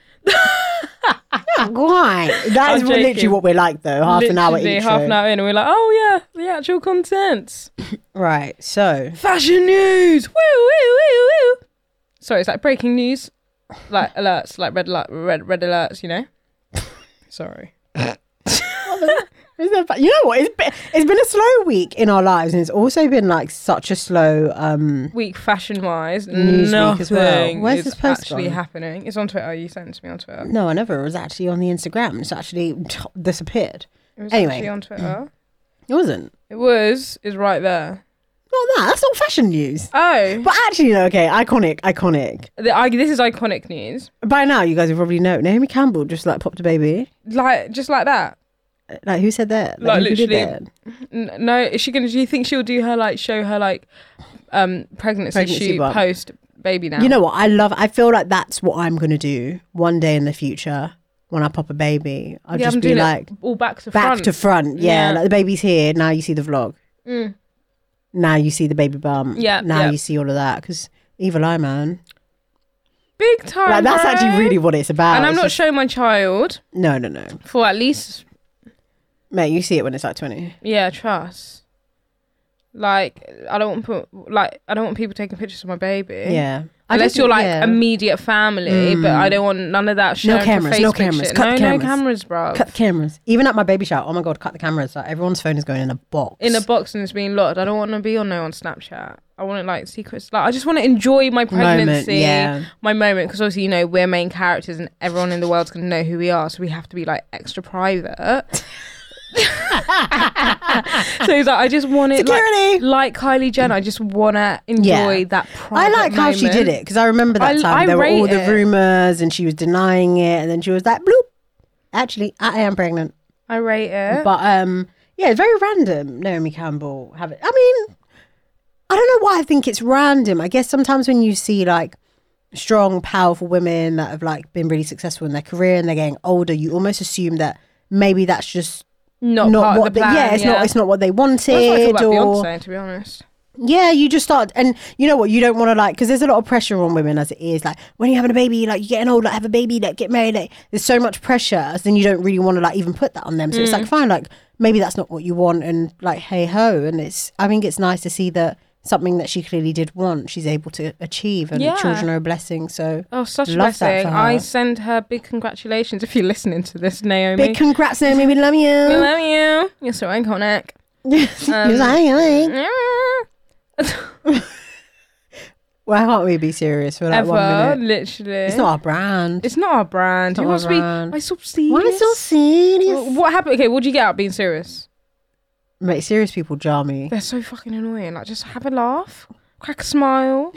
[SPEAKER 3] Why? That is
[SPEAKER 2] I'm
[SPEAKER 3] literally
[SPEAKER 2] joking.
[SPEAKER 3] what we're like though. Half an hour
[SPEAKER 2] Literally
[SPEAKER 3] each.
[SPEAKER 2] Half an hour in, and we're like, oh yeah, the actual contents.
[SPEAKER 3] Right. So
[SPEAKER 2] Fashion news. Woo, woo, woo, woo. Sorry, it's like breaking news, like alerts, like red alert, red red alerts. You know. Sorry.
[SPEAKER 3] Is there- you know what? It's been, it's been a slow week in our lives, and it's also been like such a slow. um
[SPEAKER 2] Week fashion wise,
[SPEAKER 3] News week
[SPEAKER 2] nothing
[SPEAKER 3] as well. Where's
[SPEAKER 2] is
[SPEAKER 3] this post
[SPEAKER 2] actually
[SPEAKER 3] gone?
[SPEAKER 2] happening. It's on Twitter. You sent it to me on Twitter.
[SPEAKER 3] No, I never. It was actually on the Instagram. It's actually disappeared.
[SPEAKER 2] It was
[SPEAKER 3] Anyway.
[SPEAKER 2] actually on Twitter.
[SPEAKER 3] It wasn't.
[SPEAKER 2] It was is right there.
[SPEAKER 3] Not that. That's not fashion news.
[SPEAKER 2] Oh,
[SPEAKER 3] But actually, no. Okay, iconic, iconic.
[SPEAKER 2] the, I, this is iconic news.
[SPEAKER 3] By now, you guys probably know Naomi Campbell just like popped a baby.
[SPEAKER 2] Like just like that.
[SPEAKER 3] Like who said that?
[SPEAKER 2] Like,
[SPEAKER 3] who did
[SPEAKER 2] literally,
[SPEAKER 3] that?
[SPEAKER 2] N- no, is she gonna? Do you think she'll do her like show her like um pregnancy,
[SPEAKER 3] Pregnancy
[SPEAKER 2] shoot
[SPEAKER 3] bump.
[SPEAKER 2] post baby now?
[SPEAKER 3] You know what? I love. I feel like that's what I'm gonna do one day in the future when I pop a baby. I'll
[SPEAKER 2] yeah,
[SPEAKER 3] just
[SPEAKER 2] I'm
[SPEAKER 3] be
[SPEAKER 2] doing it
[SPEAKER 3] like
[SPEAKER 2] all back to
[SPEAKER 3] back
[SPEAKER 2] front.
[SPEAKER 3] to front. Yeah,
[SPEAKER 2] Yeah.
[SPEAKER 3] like the baby's here now. You see the vlog.
[SPEAKER 2] Mm.
[SPEAKER 3] Now you see the baby bump.
[SPEAKER 2] Yeah,
[SPEAKER 3] Now
[SPEAKER 2] yeah.
[SPEAKER 3] you see all of that because evil eye man.
[SPEAKER 2] Big time.
[SPEAKER 3] Like that's
[SPEAKER 2] bro.
[SPEAKER 3] actually really what it's about.
[SPEAKER 2] And I'm
[SPEAKER 3] It's
[SPEAKER 2] not
[SPEAKER 3] just-
[SPEAKER 2] showing my child
[SPEAKER 3] No, no, no,
[SPEAKER 2] for at least
[SPEAKER 3] mate. You see it when it's like twenty.
[SPEAKER 2] yeah trust. Like I don't want put like I don't want people taking pictures of my baby.
[SPEAKER 3] Yeah. I
[SPEAKER 2] Unless
[SPEAKER 3] don't-
[SPEAKER 2] you're like
[SPEAKER 3] yeah.
[SPEAKER 2] immediate family, but I don't want none of that. sharing for
[SPEAKER 3] cameras, no
[SPEAKER 2] Facebook
[SPEAKER 3] cameras,
[SPEAKER 2] shit.
[SPEAKER 3] cut
[SPEAKER 2] no,
[SPEAKER 3] the
[SPEAKER 2] no
[SPEAKER 3] cameras.
[SPEAKER 2] cameras, bro.
[SPEAKER 3] cut the cameras. Even at my baby shower. Oh my god, cut the cameras. Like everyone's phone is going in a box.
[SPEAKER 2] in a box and it's being locked. I don't want to be on no on Snapchat. I want to like secrets. Like I just want to enjoy my
[SPEAKER 3] Moment,
[SPEAKER 2] pregnancy,
[SPEAKER 3] yeah.
[SPEAKER 2] my moment. Because obviously, you know, we're main characters and everyone in the world's gonna know who we are, so we have to be like extra private. so he's like, I just want it
[SPEAKER 3] Security!
[SPEAKER 2] like, like Kylie Jenner. I just want to enjoy
[SPEAKER 3] Yeah.
[SPEAKER 2] that private.
[SPEAKER 3] I like how she did
[SPEAKER 2] moment.
[SPEAKER 3] it because I remember that
[SPEAKER 2] I-
[SPEAKER 3] time
[SPEAKER 2] I
[SPEAKER 3] there were all
[SPEAKER 2] rate
[SPEAKER 3] the
[SPEAKER 2] it.
[SPEAKER 3] rumors and she was denying it, and then she was like, "Bloop, actually, I am pregnant."
[SPEAKER 2] I rate it.
[SPEAKER 3] But um, yeah, it's very random. Naomi Campbell have it. I mean, I don't know why I think it's random. I guess sometimes when you see like strong, powerful women that have like been really successful in their career and they're getting older, you almost assume that maybe that's just
[SPEAKER 2] not,
[SPEAKER 3] not,
[SPEAKER 2] part
[SPEAKER 3] what
[SPEAKER 2] of the
[SPEAKER 3] they-
[SPEAKER 2] plan.
[SPEAKER 3] yeah, it's not it's not what they wanted
[SPEAKER 2] That's what I feel about
[SPEAKER 3] or
[SPEAKER 2] Beyonce, to be honest.
[SPEAKER 3] yeah, you just start, and you know what? You don't want to like, because there's a lot of pressure on women as it is. Like, when you're having a baby, like, you're getting old, like, have a baby, like, get married. Like, there's so much pressure, so then you don't really want to, like, even put that on them. So it's
[SPEAKER 2] Mm.
[SPEAKER 3] like, fine, like, maybe that's not what you want, and like, hey ho. And it's, I think it's nice to see that something that she clearly did want, she's able to achieve, and
[SPEAKER 2] Yeah.
[SPEAKER 3] children are a blessing. So,
[SPEAKER 2] Oh, such a
[SPEAKER 3] Love that
[SPEAKER 2] blessing.
[SPEAKER 3] for her.
[SPEAKER 2] I send her big congratulations if you're listening to this, Naomi.
[SPEAKER 3] big congrats, Naomi. We love
[SPEAKER 2] we
[SPEAKER 3] you.
[SPEAKER 2] love Um, you. You're so iconic. Mm.
[SPEAKER 3] You're like, "Hey, hey." Why can't we be serious for like one
[SPEAKER 2] Ever,
[SPEAKER 3] minute?
[SPEAKER 2] literally.
[SPEAKER 3] It's not our brand.
[SPEAKER 2] It's not our brand.
[SPEAKER 3] not
[SPEAKER 2] you
[SPEAKER 3] our
[SPEAKER 2] must be.
[SPEAKER 3] brand.
[SPEAKER 2] I so serious.
[SPEAKER 3] Why so serious?
[SPEAKER 2] Well, What happened? Okay, what would you get out of being serious?
[SPEAKER 3] Mate, serious people jar me.
[SPEAKER 2] They're so fucking annoying. Like, just have a laugh, crack a smile.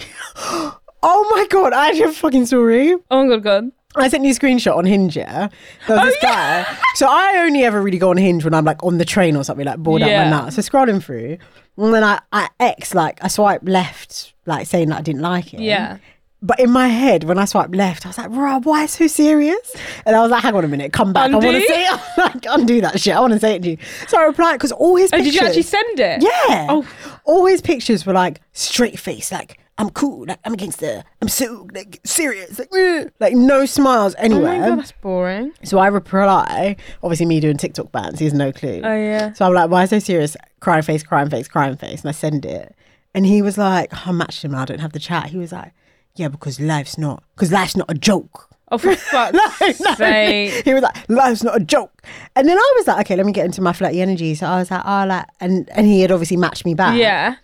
[SPEAKER 3] Oh my god, I actually have a fucking story.
[SPEAKER 2] Oh my god, god.
[SPEAKER 3] I sent you a screenshot on Hinge, yeah. There
[SPEAKER 2] Oh,
[SPEAKER 3] was this guy. So I only ever really go on Hinge when I'm like on the train or something, like bored out
[SPEAKER 2] Yeah.
[SPEAKER 3] my nuts. So scrolling through. And then I, I X like I swipe left, like saying that I didn't like it.
[SPEAKER 2] Yeah.
[SPEAKER 3] But in my head, when I swiped left, I was like, Rob, why so serious? And I was like, hang on a minute, come back. I want
[SPEAKER 2] Undo?
[SPEAKER 3] to say it. I'm like, undo that shit. I want to say it to you. So I replied, because all his
[SPEAKER 2] Oh,
[SPEAKER 3] pictures.
[SPEAKER 2] did you actually send it?
[SPEAKER 3] Yeah.
[SPEAKER 2] Oh.
[SPEAKER 3] All his pictures were like straight face, like I'm cool, like I'm against the, I'm so like serious, like, eh, like no smiles
[SPEAKER 2] Oh
[SPEAKER 3] anywhere.
[SPEAKER 2] my god, that's boring.
[SPEAKER 3] so I reply, obviously me doing TikTok bans, he has no clue.
[SPEAKER 2] Oh yeah.
[SPEAKER 3] So I'm like, why so serious? Crying face, crying face, crying face, and I send it, and he was like, "Oh, I matched him, I don't have the chat. He was like, yeah, because life's not, because life's not a joke.
[SPEAKER 2] Oh for fuck's
[SPEAKER 3] No.
[SPEAKER 2] sake.
[SPEAKER 3] He was like, life's not a joke. And then I was like, okay, let me get into my flirty energy. So I was like, oh, like, and, and he had obviously matched me back.
[SPEAKER 2] Yeah.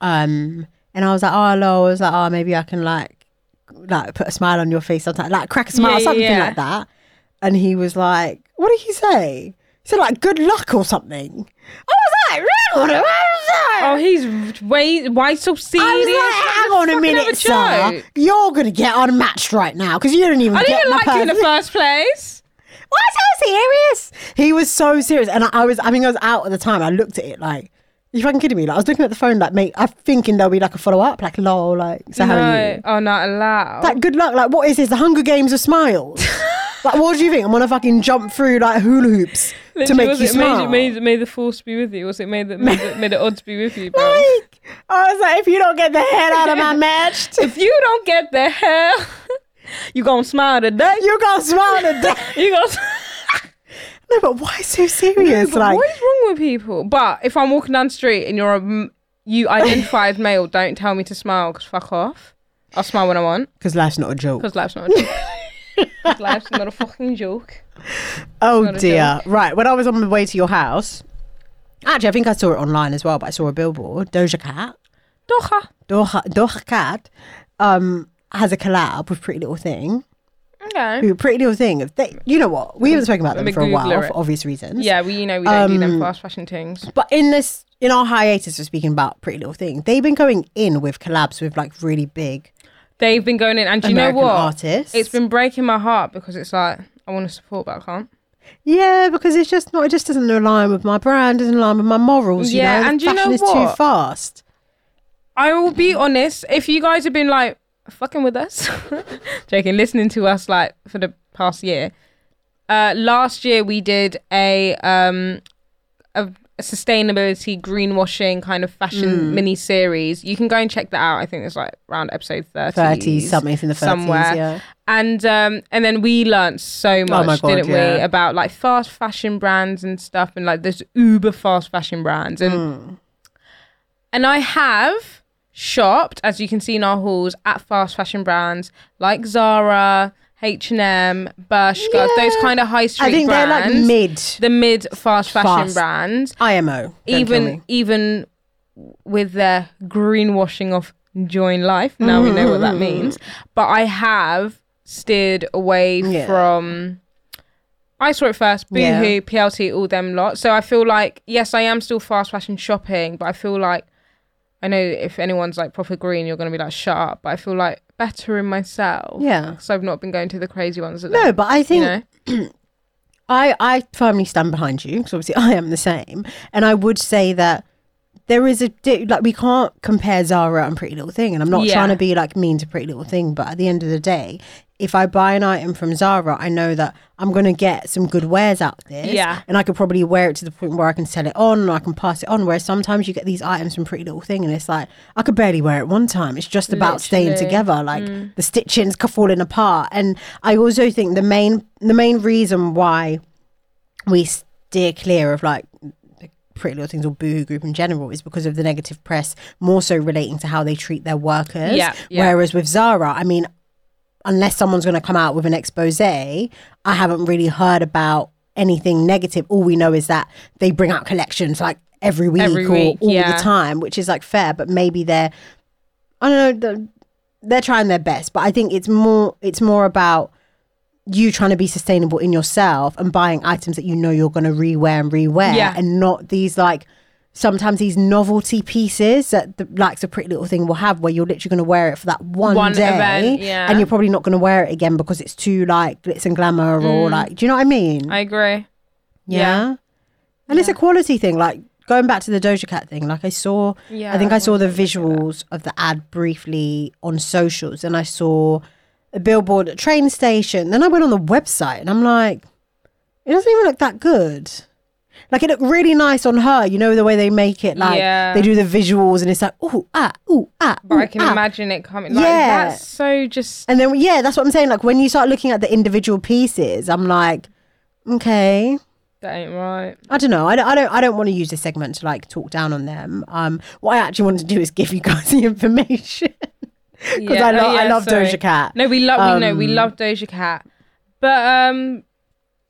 [SPEAKER 3] Um, and I was like, oh, lol. I was like, oh, maybe I can like, like put a smile on your face, something like crack a smile,
[SPEAKER 2] Yeah, yeah,
[SPEAKER 3] something
[SPEAKER 2] yeah.
[SPEAKER 3] like that. And he was like, what did he say? He said like, good luck or something. I was like, hang on a
[SPEAKER 2] Oh,
[SPEAKER 3] minute.
[SPEAKER 2] he's way why so serious?
[SPEAKER 3] I was like, hang on a
[SPEAKER 2] Fucking have
[SPEAKER 3] minute, sir.
[SPEAKER 2] joke.
[SPEAKER 3] You're gonna get unmatched right now because you don't even
[SPEAKER 2] I
[SPEAKER 3] get
[SPEAKER 2] didn't even
[SPEAKER 3] my
[SPEAKER 2] like you in the
[SPEAKER 3] person.
[SPEAKER 2] first place.
[SPEAKER 3] Why so serious? He was so serious, and I, I was. I mean, I was out at the time. I looked at it like, You fucking kidding me? Like I was looking at the phone, like mate, I'm thinking there'll be like a follow up, like lol, like so how are
[SPEAKER 2] no,
[SPEAKER 3] you?
[SPEAKER 2] oh, not allowed.
[SPEAKER 3] Like good luck. Like what is this? The Hunger Games of smiles. like what do you think? I'm gonna fucking jump through like hula hoops to
[SPEAKER 2] Literally,
[SPEAKER 3] make
[SPEAKER 2] was
[SPEAKER 3] you
[SPEAKER 2] it made-
[SPEAKER 3] smile.
[SPEAKER 2] May, may, the force be with you. Was it may the, may the, may the odds be with you, bro?
[SPEAKER 3] Like, I was like, if you don't get the head out of my match,
[SPEAKER 2] if you don't get the hell, you gonna smile today.
[SPEAKER 3] you're gonna smile today.
[SPEAKER 2] You gonna.
[SPEAKER 3] No, but why so serious?
[SPEAKER 2] But
[SPEAKER 3] like,
[SPEAKER 2] what is wrong with people? But if I'm walking down the street and you're a m- you identify as male, don't tell me to smile because fuck off. I'll smile when I want
[SPEAKER 3] because life's not a joke.
[SPEAKER 2] because life's not a joke. 'Cause life's not a fucking joke.
[SPEAKER 3] Oh
[SPEAKER 2] not a
[SPEAKER 3] dear. Right. When I was on my way to your house, actually, I think I saw it online as well, but I saw a billboard. Doja Cat,
[SPEAKER 2] Doha.
[SPEAKER 3] Doja, Doja Cat, um, has a collab with Pretty Little Thing.
[SPEAKER 2] Okay.
[SPEAKER 3] Who Pretty Little Thing? if They, you know what? We haven't spoken about them
[SPEAKER 2] me
[SPEAKER 3] for a
[SPEAKER 2] Google
[SPEAKER 3] while
[SPEAKER 2] it.
[SPEAKER 3] for obvious reasons.
[SPEAKER 2] Yeah, we you know we don't do them fast fashion things.
[SPEAKER 3] But in this, in our hiatus, we're speaking about Pretty Little Thing. They've been going in with collabs with like really big
[SPEAKER 2] They've been going in, and do you
[SPEAKER 3] American
[SPEAKER 2] know what?
[SPEAKER 3] artists.
[SPEAKER 2] It's been breaking my heart because it's like I want to support, but I can't.
[SPEAKER 3] Yeah, because it's just not. It just doesn't align with my brand. Doesn't align with my morals. You
[SPEAKER 2] Yeah,
[SPEAKER 3] know? The
[SPEAKER 2] and you know
[SPEAKER 3] fashion is too
[SPEAKER 2] what?
[SPEAKER 3] fast.
[SPEAKER 2] I will be honest. If you guys have been like fucking with us, joking, listening to us like for the past year, uh, last year we did a um a, a sustainability greenwashing kind of fashion
[SPEAKER 3] Mm.
[SPEAKER 2] mini series. You can go and check that out. I think it's like around episode thirty,
[SPEAKER 3] Thirty something from the thirties.
[SPEAKER 2] somewhere.
[SPEAKER 3] Yeah.
[SPEAKER 2] And um and then we learnt so
[SPEAKER 3] Oh my
[SPEAKER 2] much,
[SPEAKER 3] God,
[SPEAKER 2] didn't we,
[SPEAKER 3] yeah.
[SPEAKER 2] about like fast fashion brands and stuff, and like this uber fast fashion brands, and and I have shopped, as you can see in our hauls, at fast fashion brands like Zara, H and M, Bershka, those kind of high street
[SPEAKER 3] I think
[SPEAKER 2] brands.
[SPEAKER 3] they're like mid
[SPEAKER 2] the mid fast fashion
[SPEAKER 3] Fast.
[SPEAKER 2] brands,
[SPEAKER 3] IMO. Don't kill me.
[SPEAKER 2] even even with their greenwashing of join life. Now we know what that
[SPEAKER 3] Mm-hmm.
[SPEAKER 2] means. But I have steered away
[SPEAKER 3] Yeah.
[SPEAKER 2] from. I saw it first. Boohoo,
[SPEAKER 3] Yeah.
[SPEAKER 2] PLT, all them lot. So I feel like yes, I am still fast fashion shopping, but I feel like I know if anyone's like proper green, you're gonna be like shut up. But I feel like better in myself.
[SPEAKER 3] Yeah.
[SPEAKER 2] because I've not been going to the crazy ones. That
[SPEAKER 3] no, but I
[SPEAKER 2] you
[SPEAKER 3] think
[SPEAKER 2] know.
[SPEAKER 3] I I firmly stand behind you because obviously I am the same, and I would say that. There is a di- like we can't compare Zara and Pretty Little Thing, and I'm not
[SPEAKER 2] Yeah.
[SPEAKER 3] trying to be like mean to Pretty Little Thing, but at the end of the day, if I buy an item from Zara, I know that I'm gonna get some good wares out there. this,
[SPEAKER 2] Yeah.
[SPEAKER 3] And I could probably wear it to the point where I can sell it on and I can pass it on. Whereas sometimes you get these items from Pretty Little Thing and it's like, I could barely wear it one time. It's just about staying
[SPEAKER 2] Literally. Mm.
[SPEAKER 3] together. Like the stitching's ca- falling apart. And I also think the main the main reason why we steer clear of like the Pretty Little Things or Boohoo Group in general is because of the negative press, more so relating to how they treat their workers.
[SPEAKER 2] Yeah, yeah.
[SPEAKER 3] Whereas with Zara, I mean, unless someone's going to come out with an expose, I haven't really heard about anything negative. All we know is that they bring out collections like every week
[SPEAKER 2] Every
[SPEAKER 3] or
[SPEAKER 2] week,
[SPEAKER 3] all
[SPEAKER 2] yeah.
[SPEAKER 3] the time, which is like fair, but maybe they're, I don't know, they're, they're trying their best. But I think it's more, it's more about you trying to be sustainable in yourself and buying items that you know you're going to rewear and rewear
[SPEAKER 2] Yeah.
[SPEAKER 3] and not these like sometimes these novelty pieces that the likes of pretty little thing will have where you're literally going to wear it for that one,
[SPEAKER 2] One
[SPEAKER 3] day
[SPEAKER 2] event, yeah.
[SPEAKER 3] and you're probably not going to wear it again because it's too like glitz and glamour or like do you know what i mean
[SPEAKER 2] Mm. I agree.
[SPEAKER 3] yeah. And it's a quality thing. Like going back to the Doja Cat thing, like I saw,
[SPEAKER 2] Yeah,
[SPEAKER 3] I think
[SPEAKER 2] I
[SPEAKER 3] I saw the
[SPEAKER 2] wanted to look at that.
[SPEAKER 3] visuals of the ad briefly on socials and I saw a billboard at a train station. Then I went on the website and I'm like, it doesn't even look that good. Like it looked really nice on her, you know the way they make it. Like
[SPEAKER 2] Yeah.
[SPEAKER 3] they do the visuals, and it's like, oh ah, oh ah.
[SPEAKER 2] But I
[SPEAKER 3] ooh,
[SPEAKER 2] can
[SPEAKER 3] ah.
[SPEAKER 2] imagine it coming. Like,
[SPEAKER 3] Yeah.
[SPEAKER 2] that's so just
[SPEAKER 3] And then yeah, that's what I'm saying. Like when you start looking at the individual pieces, I'm like, okay,
[SPEAKER 2] that ain't right.
[SPEAKER 3] I don't know. I don't. I don't, I don't want to use this segment to like talk down on them. Um, what I actually wanted to do is give you guys the information because
[SPEAKER 2] Yeah,
[SPEAKER 3] I, lo-
[SPEAKER 2] oh,
[SPEAKER 3] I
[SPEAKER 2] yeah,
[SPEAKER 3] love
[SPEAKER 2] sorry.
[SPEAKER 3] Doja Cat. Um,
[SPEAKER 2] No, we love we know we love Doja Cat, but um,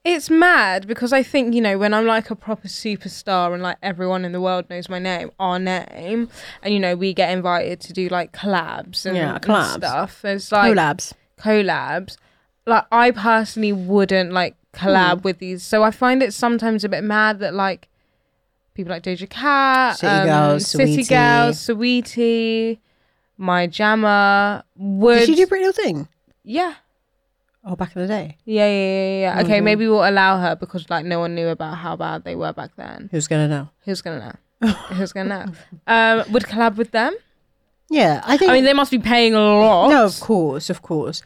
[SPEAKER 2] it's mad because I think you know when I'm like a proper superstar and like everyone in the world knows my name, our name, and you know we get invited to do like collabs and,
[SPEAKER 3] Yeah,
[SPEAKER 2] and
[SPEAKER 3] collabs.
[SPEAKER 2] stuff. It's like
[SPEAKER 3] collabs.
[SPEAKER 2] collabs. Like I personally wouldn't like collab
[SPEAKER 3] Hmm.
[SPEAKER 2] with these, so I find it sometimes a bit mad that like people like Doja Cat, um,
[SPEAKER 3] City Girls,
[SPEAKER 2] City
[SPEAKER 3] Saweetie.
[SPEAKER 2] Girls, Sweetie, My Jammer would
[SPEAKER 3] Did she do Pretty Little Thing?
[SPEAKER 2] yeah.
[SPEAKER 3] Oh, back in the day,
[SPEAKER 2] Yeah, yeah, yeah,
[SPEAKER 3] Oh
[SPEAKER 2] yeah. Okay, maybe we'll allow her because like no one knew about how bad they were back then.
[SPEAKER 3] who's gonna know?
[SPEAKER 2] Who's gonna know? who's going to know, um, would collab with them.
[SPEAKER 3] Yeah, I think.
[SPEAKER 2] I mean, they must be paying a lot.
[SPEAKER 3] no, of course, of course.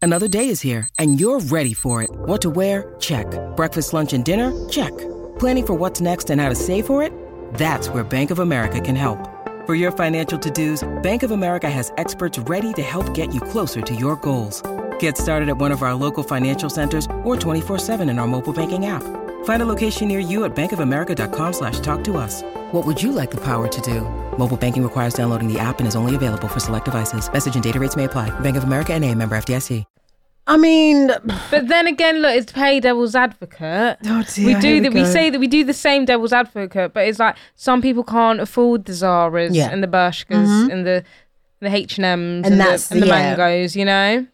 [SPEAKER 4] Another day is here, and you're ready for it. What to wear? Check. Breakfast, lunch, and dinner? Check. Planning for what's next and how to save for it? That's where Bank of America can help. For your financial to dos, Bank of America has experts ready to help get you closer to your goals. Get started at one of our local financial centers or 24-7 in our mobile banking app. Find a location near you at bankofamerica.com slash talk to us. What would you like the power to do? Mobile banking requires downloading the app and is only available for select devices. Message and data rates may apply. Bank of America and a member FDIC.
[SPEAKER 3] I mean,
[SPEAKER 2] But then again, look, it's play devil's advocate.
[SPEAKER 3] Oh dear,
[SPEAKER 2] we
[SPEAKER 3] here
[SPEAKER 2] do
[SPEAKER 3] we
[SPEAKER 2] that. We,
[SPEAKER 3] go.
[SPEAKER 2] say that we do the same devil's advocate, but it's like some people can't afford the Zara's
[SPEAKER 3] Yeah. Mm-hmm.
[SPEAKER 2] and the Bershkas and the the H and M's
[SPEAKER 3] And
[SPEAKER 2] and
[SPEAKER 3] that's-
[SPEAKER 2] the, and the
[SPEAKER 3] yeah.
[SPEAKER 2] mangoes. You know,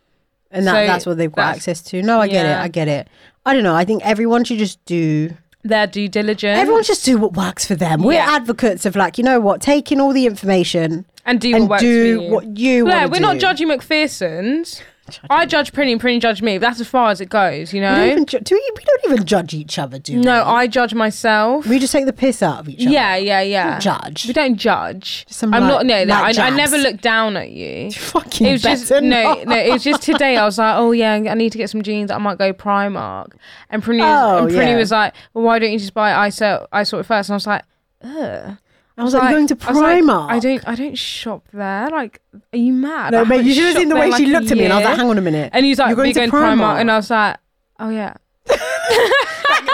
[SPEAKER 3] and that,
[SPEAKER 2] So
[SPEAKER 3] that's what they've got
[SPEAKER 2] that's-
[SPEAKER 3] access to. No, I get
[SPEAKER 2] Yeah.
[SPEAKER 3] it. I get it. I don't know. I think everyone should just do.
[SPEAKER 2] their due diligence.
[SPEAKER 3] Everyone should just do what works for them. We're
[SPEAKER 2] Yeah.
[SPEAKER 3] advocates of like, you know what, taking all the information
[SPEAKER 2] and do
[SPEAKER 3] and
[SPEAKER 2] what works
[SPEAKER 3] do
[SPEAKER 2] for you.
[SPEAKER 3] what you
[SPEAKER 2] Blair,
[SPEAKER 3] want.
[SPEAKER 2] we're not judging McPherson's. I judge Prinny, and Prinny judge me. That's as far as it goes. You
[SPEAKER 3] We don't,
[SPEAKER 2] know.
[SPEAKER 3] even ju- do we, we don't even judge each other, do
[SPEAKER 2] No, I judge myself.
[SPEAKER 3] we? We just take the piss out of each other.
[SPEAKER 2] Yeah, yeah, yeah.
[SPEAKER 3] judge.
[SPEAKER 2] We don't judge.
[SPEAKER 3] Just some,
[SPEAKER 2] I'm
[SPEAKER 3] like-
[SPEAKER 2] not. No, no,
[SPEAKER 3] like
[SPEAKER 2] I, I never
[SPEAKER 3] jabs.
[SPEAKER 2] look down at you.
[SPEAKER 3] Fucking
[SPEAKER 2] It was just
[SPEAKER 3] better
[SPEAKER 2] no,
[SPEAKER 3] not.
[SPEAKER 2] no. It was just today. I was like, oh yeah, I need to get some jeans. I might go Primark, and Prinny,
[SPEAKER 3] Oh,
[SPEAKER 2] was, and Prinny
[SPEAKER 3] yeah.
[SPEAKER 2] was like, well, why don't you just buy? I saw, I saw it first, and I was like, ugh.
[SPEAKER 3] I was like, you're going to
[SPEAKER 2] I was like,
[SPEAKER 3] Primark.
[SPEAKER 2] I don't, I don't shop there. Like, are you mad?
[SPEAKER 3] No,
[SPEAKER 2] I
[SPEAKER 3] mate,
[SPEAKER 2] haven't
[SPEAKER 3] you should have
[SPEAKER 2] shopped
[SPEAKER 3] seen the
[SPEAKER 2] there
[SPEAKER 3] way
[SPEAKER 2] in,
[SPEAKER 3] she
[SPEAKER 2] like, a
[SPEAKER 3] looked at me, and I was
[SPEAKER 2] year.
[SPEAKER 3] like, hang on a minute.
[SPEAKER 2] And he was like,
[SPEAKER 3] You're
[SPEAKER 2] "We're
[SPEAKER 3] going to
[SPEAKER 2] going to Primark.
[SPEAKER 3] Primark?
[SPEAKER 2] and I was like, oh yeah,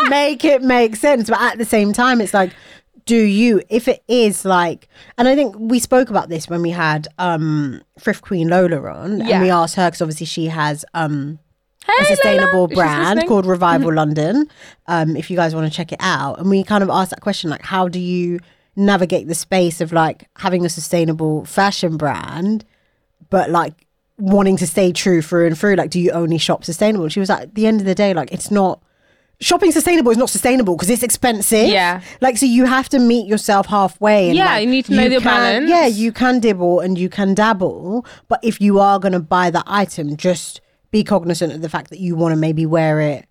[SPEAKER 3] make it make sense. But at the same time, it's like, do you? If it is like, and I think we spoke about this when we had um Thrift Queen Lola on,
[SPEAKER 2] Yeah.
[SPEAKER 3] and we asked her because obviously she has um
[SPEAKER 2] hey,
[SPEAKER 3] a
[SPEAKER 2] Lola,
[SPEAKER 3] sustainable
[SPEAKER 2] if she's
[SPEAKER 3] brand
[SPEAKER 2] listening.
[SPEAKER 3] called Revival London. Um, if you guys want to check it out, and we kind of asked that question, like, how do you navigate the space of like having a sustainable fashion brand, but like wanting to stay true through and through? Like, do you only shop sustainable? And she was like, at the end of the day, like, it's not. Shopping sustainable is not sustainable because it's expensive.
[SPEAKER 2] Yeah.
[SPEAKER 3] Like, so you have to meet yourself halfway. And
[SPEAKER 2] Yeah,
[SPEAKER 3] like,
[SPEAKER 2] you need to know your
[SPEAKER 3] can-
[SPEAKER 2] balance.
[SPEAKER 3] Yeah, you can dibble and you can dabble, but if you are going to buy that item, just be cognizant of the fact that you want to maybe wear it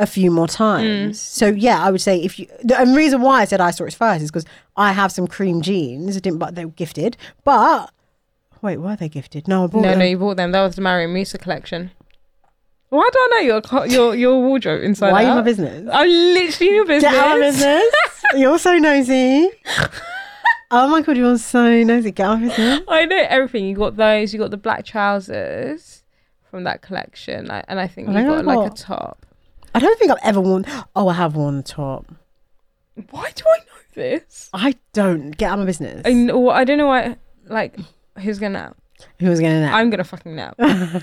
[SPEAKER 3] a few more
[SPEAKER 2] Mm.
[SPEAKER 3] times. So yeah, I would say if you the and the reason why I said I saw it first is because I have some cream jeans. I didn't, but they were gifted. But wait, were they gifted? No, I bought
[SPEAKER 2] No,
[SPEAKER 3] them.
[SPEAKER 2] no, you bought them. That was the Marion Musa collection. Why do I know your co- your your wardrobe inside
[SPEAKER 3] Why are
[SPEAKER 2] out?
[SPEAKER 3] you my business?
[SPEAKER 2] I'm literally your business.
[SPEAKER 3] Get out of business. You're so nosy. Oh my god, you're so nosy. Get out of business.
[SPEAKER 2] I know everything. You got those. You got the black trousers from that collection, I, and I think
[SPEAKER 3] I
[SPEAKER 2] you
[SPEAKER 3] think I
[SPEAKER 2] got like a
[SPEAKER 3] got-
[SPEAKER 2] top.
[SPEAKER 3] I don't think I've ever worn. Oh, I have worn the top.
[SPEAKER 2] Why do I know this?
[SPEAKER 3] I don't get out of my business.
[SPEAKER 2] I kn- well, I don't know why. Like, who's gonna know?
[SPEAKER 3] Who's gonna know?
[SPEAKER 2] I'm gonna fucking Oh know.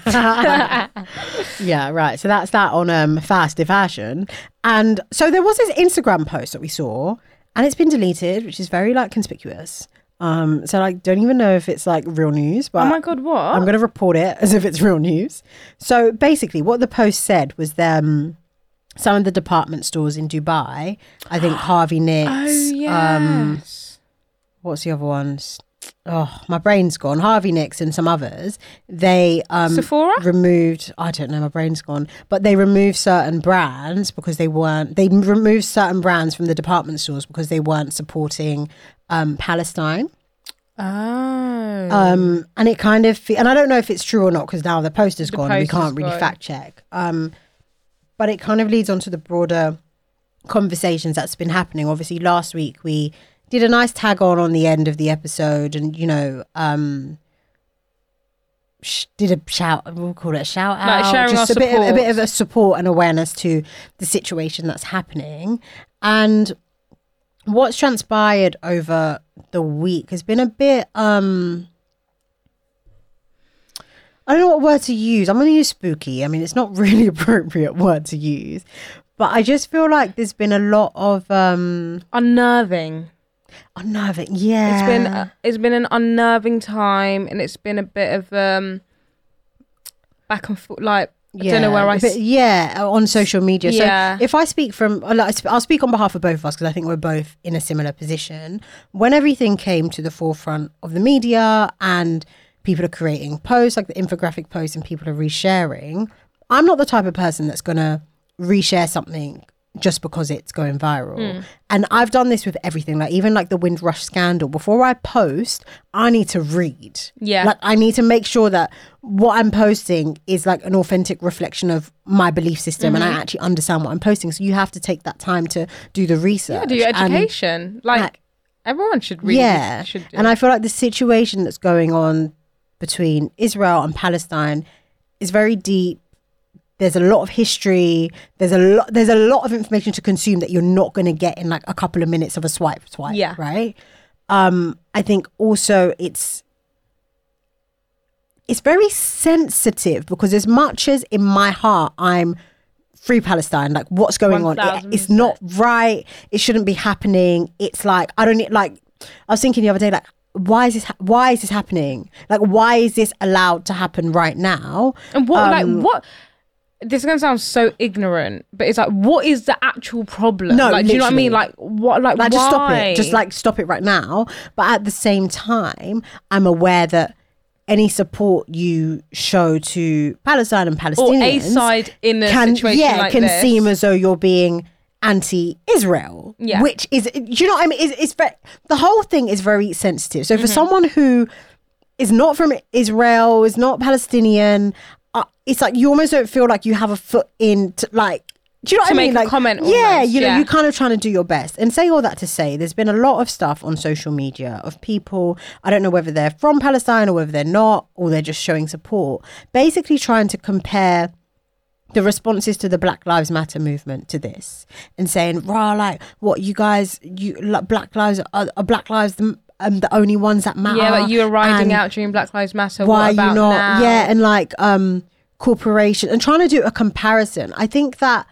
[SPEAKER 3] Yeah, right. So that's that on um fast fashion. And so there was this Instagram post that we saw and it's been deleted, which is very like conspicuous. Um so like don't even know if it's like real news, but
[SPEAKER 2] oh my god, what?
[SPEAKER 3] I'm going to report it as if it's real news. So basically, what the post said was um, some of the department stores in Dubai, I think Harvey Nicks,
[SPEAKER 2] oh
[SPEAKER 3] um,
[SPEAKER 2] yes.
[SPEAKER 3] what's the other ones? Oh, my brain's gone. Harvey Nicks and some others. They um,
[SPEAKER 2] Sephora?
[SPEAKER 3] removed. I don't know. My brain's gone. But they removed certain brands because they weren't. They m- removed certain brands from the department stores because they weren't supporting um, Palestine.
[SPEAKER 2] oh.
[SPEAKER 3] Um, and it kind of, fe- and I don't know if it's true or not because now the post is
[SPEAKER 2] The
[SPEAKER 3] gone. and we
[SPEAKER 2] post is
[SPEAKER 3] can't really
[SPEAKER 2] gone.
[SPEAKER 3] fact check. Um, but it kind of leads on to the broader conversations that's been happening. Obviously, last week we did a nice tag on on the end of the episode, and you know, um, sh- did a shout. We'll call it a shout
[SPEAKER 2] Like
[SPEAKER 3] out,
[SPEAKER 2] sharing
[SPEAKER 3] just
[SPEAKER 2] our
[SPEAKER 3] a bit, of, a
[SPEAKER 2] support.
[SPEAKER 3] bit of a support and awareness to the situation that's happening, and what's transpired over the week has been a bit um I don't know what word to use. I'm going to use spooky. I mean, it's not really appropriate word to use, but I just feel like there's been a lot of um oh,
[SPEAKER 2] unnerving.
[SPEAKER 3] unnerving. Yeah,
[SPEAKER 2] It's been uh, it's been an unnerving time, and it's been a bit of um back and forth. Like I don't know where I.
[SPEAKER 3] but
[SPEAKER 2] s-
[SPEAKER 3] yeah uh, on social media.
[SPEAKER 2] Yeah.
[SPEAKER 3] So if I speak from, I'll like, I'll speak on behalf of both of us because I think we're both in a similar position. When everything came to the forefront of the media and people are creating posts like the infographic posts and people are resharing, I'm not the type of person that's gonna reshare something just because it's going viral.
[SPEAKER 2] Hmm.
[SPEAKER 3] And I've done this with everything, like even like the Windrush scandal. Before I post, I need to read.
[SPEAKER 2] Yeah.
[SPEAKER 3] Like I need to make sure that what I'm posting is like an authentic reflection of my belief system
[SPEAKER 2] Mm-hmm.
[SPEAKER 3] and I actually understand what I'm posting. So you have to take that time to do the research.
[SPEAKER 2] Yeah, do your
[SPEAKER 3] and-
[SPEAKER 2] education. like, everyone should read.
[SPEAKER 3] yeah.
[SPEAKER 2] Should do.
[SPEAKER 3] And I feel like the situation that's going on between Israel and Palestine is very deep. There's a lot of history. There's a lot. There's a lot of information to consume that you're not going to get in like a couple of minutes of a swipe, swipe.
[SPEAKER 2] Yeah.
[SPEAKER 3] Right. Um. I think also it's it's very sensitive because as much as in my heart I'm free Palestine, like what's going on? It- it's not right. It shouldn't be happening. It's like I don't need like I was thinking the other day like why is this ha- why is this happening? Like why is this allowed to happen right now?
[SPEAKER 2] And what,
[SPEAKER 3] um,
[SPEAKER 2] like, what? This is gonna sound so ignorant, but it's like, what is the actual problem?
[SPEAKER 3] No,
[SPEAKER 2] like, do you know what I mean?
[SPEAKER 3] literally.
[SPEAKER 2] Like, what? Like,
[SPEAKER 3] Like
[SPEAKER 2] why?
[SPEAKER 3] just stop it. Just like stop it right now. But at the same time, I'm aware that any support you show to Palestine and
[SPEAKER 2] or
[SPEAKER 3] Palestinians
[SPEAKER 2] a side in a situation
[SPEAKER 3] yeah,
[SPEAKER 2] like
[SPEAKER 3] can
[SPEAKER 2] this.
[SPEAKER 3] seem as though you're being anti-Israel,
[SPEAKER 2] Yeah.
[SPEAKER 3] which is, do you know what I mean? It's, it's very, the whole thing is very sensitive. So for
[SPEAKER 2] Mm-hmm.
[SPEAKER 3] someone who is not from Israel, is not Palestinian, uh, it's like you almost don't feel like you have a foot in, to, like, do you
[SPEAKER 2] To
[SPEAKER 3] know what I mean?
[SPEAKER 2] make a
[SPEAKER 3] Like,
[SPEAKER 2] comment
[SPEAKER 3] yeah,
[SPEAKER 2] almost,
[SPEAKER 3] you know,
[SPEAKER 2] yeah.
[SPEAKER 3] you kind of trying to do your best. And say all that to say, there's been a lot of stuff on social media of people. I don't know whether they're from Palestine or whether they're not, or they're just showing support. Basically, trying to compare the responses to the Black Lives Matter movement to this and saying, "Rah, like what you guys, you like, Black Lives are, are Black Lives the, um, the only ones that matter."
[SPEAKER 2] yeah, like you were riding
[SPEAKER 3] ah, and
[SPEAKER 2] out during Black Lives Matter.
[SPEAKER 3] Why
[SPEAKER 2] what
[SPEAKER 3] are
[SPEAKER 2] about
[SPEAKER 3] you not?
[SPEAKER 2] now?
[SPEAKER 3] Yeah, and like um, corporation and trying to do a comparison. I think that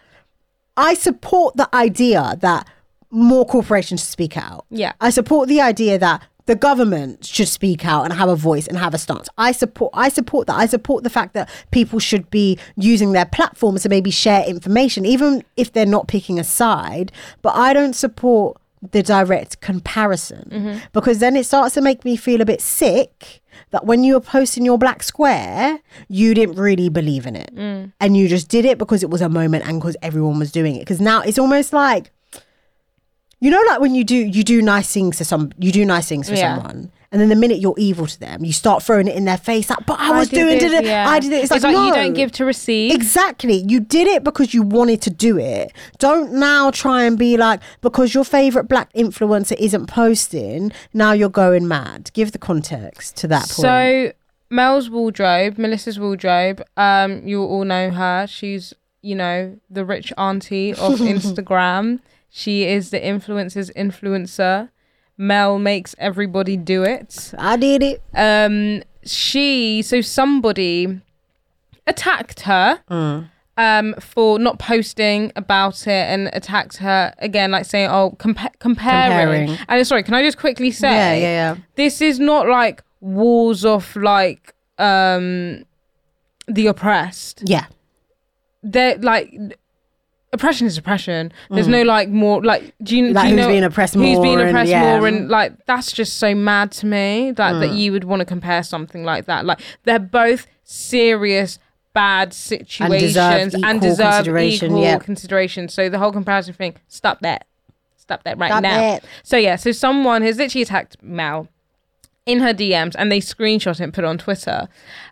[SPEAKER 3] I support the idea that more corporations speak out.
[SPEAKER 2] Yeah.
[SPEAKER 3] I support the idea that the government should speak out and have a voice and have a stance. I support I support that. I support the fact that people should be using their platforms to maybe share information even if they're not picking a side, but I don't support the direct comparison because then it starts to make me feel a bit sick that when you were posting your black square, you didn't really believe in it. And you just did it because it was a moment and because everyone was doing it. Because now it's almost like, you know, like when you do you do nice things to some you do nice things for
[SPEAKER 2] Yeah.
[SPEAKER 3] someone. And then the minute you're evil to them, you start throwing it in their face like, but I, was
[SPEAKER 2] did
[SPEAKER 3] doing
[SPEAKER 2] this,
[SPEAKER 3] it,
[SPEAKER 2] yeah.
[SPEAKER 3] I did it. It's, like,
[SPEAKER 2] you
[SPEAKER 3] no.
[SPEAKER 2] don't give to receive.
[SPEAKER 3] Exactly. You did it because you wanted to do it. Don't now try and be like, because your favorite black influencer isn't posting, now you're going mad. Give the context to that point.
[SPEAKER 2] So Mel's wardrobe, Melissa's wardrobe. Um, you all know her. She's you know the rich auntie of Instagram. She is the influencers influencer. Mel makes everybody do it.
[SPEAKER 3] I did it.
[SPEAKER 2] Um, she so somebody attacked her.
[SPEAKER 3] Mm.
[SPEAKER 2] Um, for not posting about it and attacked her again, like saying, "Oh, compa- comparing.
[SPEAKER 3] Comparing.
[SPEAKER 2] And sorry, can I just quickly say?
[SPEAKER 3] Yeah, yeah, yeah.
[SPEAKER 2] this is not like wars of like um the oppressed
[SPEAKER 3] Yeah.
[SPEAKER 2] they're like oppression is oppression there's no like more like do you,
[SPEAKER 3] Mm. Like
[SPEAKER 2] do you
[SPEAKER 3] who's
[SPEAKER 2] know
[SPEAKER 3] being oppressed
[SPEAKER 2] who's
[SPEAKER 3] more
[SPEAKER 2] being
[SPEAKER 3] and-
[SPEAKER 2] oppressed
[SPEAKER 3] yeah. Mm.
[SPEAKER 2] more and like that's just so mad to me that that you would want to compare something like that like they're both serious bad situations
[SPEAKER 3] equal
[SPEAKER 2] and deserve
[SPEAKER 3] consideration,
[SPEAKER 2] equal
[SPEAKER 3] yeah.
[SPEAKER 2] consideration so the whole comparison thing stop that stop that right
[SPEAKER 3] Stop
[SPEAKER 2] now
[SPEAKER 3] it.
[SPEAKER 2] so yeah so someone has literally attacked mal in her DMs and they screenshot it and put it on Twitter.